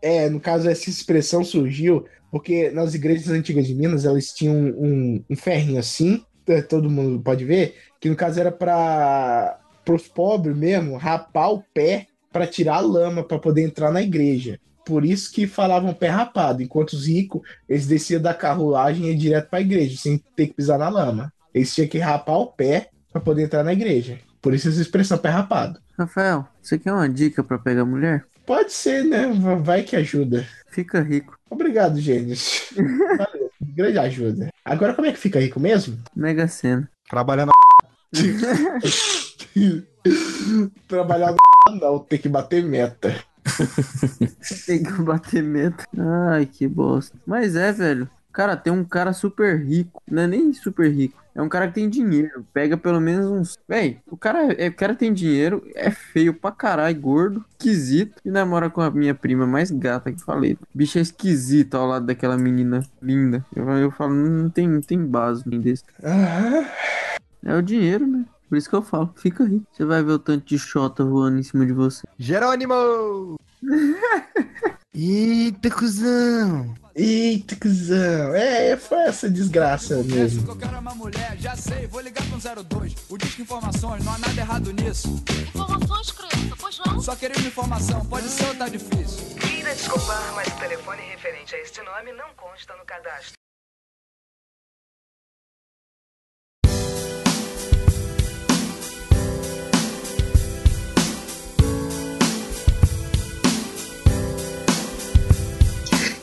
Speaker 1: é, no caso, essa expressão surgiu porque nas igrejas antigas de Minas elas tinham um, um, um ferrinho assim, t- todo mundo pode ver, que no caso era para os pobres mesmo rapar o pé para tirar a lama para poder entrar na igreja. Por isso que falavam pé rapado, enquanto os ricos eles desciam da carruagem e iam direto para a igreja, sem ter que pisar na lama. Eles tinham que rapar o pé para poder entrar na igreja. Por isso essa expressão pé rapado.
Speaker 3: Rafael, você quer uma dica pra pegar mulher?
Speaker 1: Pode ser, né? V- Vai que ajuda.
Speaker 3: Fica rico.
Speaker 1: Obrigado, gênios. Valeu. Grande ajuda. Agora, como é que fica rico mesmo?
Speaker 3: Mega Sena.
Speaker 2: Trabalhar na
Speaker 1: Trabalhar no não, tem que bater meta.
Speaker 3: Tem que bater meta. Ai, que bosta. Mas é, velho. Cara, tem um cara super rico. Não é nem super rico. É um cara que tem dinheiro. Pega pelo menos uns. Véi, o cara, é, o cara tem dinheiro, é feio pra caralho, gordo, esquisito. E namora com a minha prima mais gata que falei. O bicho é esquisito ao lado daquela menina linda. Eu, eu falo, não tem, não tem base nem desse.
Speaker 1: Ah,
Speaker 3: É o dinheiro, né? Por isso que eu falo, fica rico. Você vai ver o tanto de xota voando em cima de você.
Speaker 2: Jerônimo! Eita, cuzão!
Speaker 1: eita, cuzão. É, foi essa desgraça mesmo.
Speaker 6: que eu quero é uma mulher, já sei, vou ligar pra um 02. O disco informações, não há nada errado nisso.
Speaker 7: Informações, criança, pois não?
Speaker 6: Só querer uma informação, pode ser ou tá difícil.
Speaker 8: Queira desculpar, mas o telefone referente a este nome não consta no cadastro.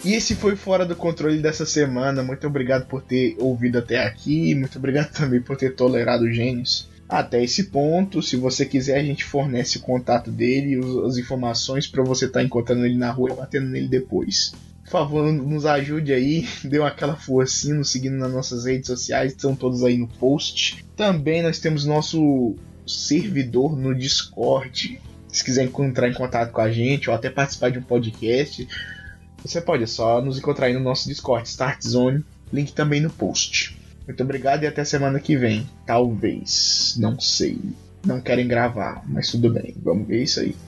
Speaker 1: E esse foi o Fora do Controle dessa semana. Muito obrigado por ter ouvido até aqui. Muito obrigado também por ter tolerado o Gênios. Até esse ponto, se você quiser, a gente fornece o contato dele e os- as informações para você estar encontrando ele na rua e batendo nele depois. Por favor, nos ajude aí, dê aquela forcinha, nos seguindo nas nossas redes sociais, estão todos aí no post. Também nós temos nosso servidor no Discord. Se quiser entrar em contato com a gente ou até participar de um podcast, você pode, é só nos encontrar aí no nosso Discord, Start Zone, link também no post. Muito obrigado e até semana que vem. Talvez, não sei. Não querem gravar, mas tudo bem, vamos ver isso aí.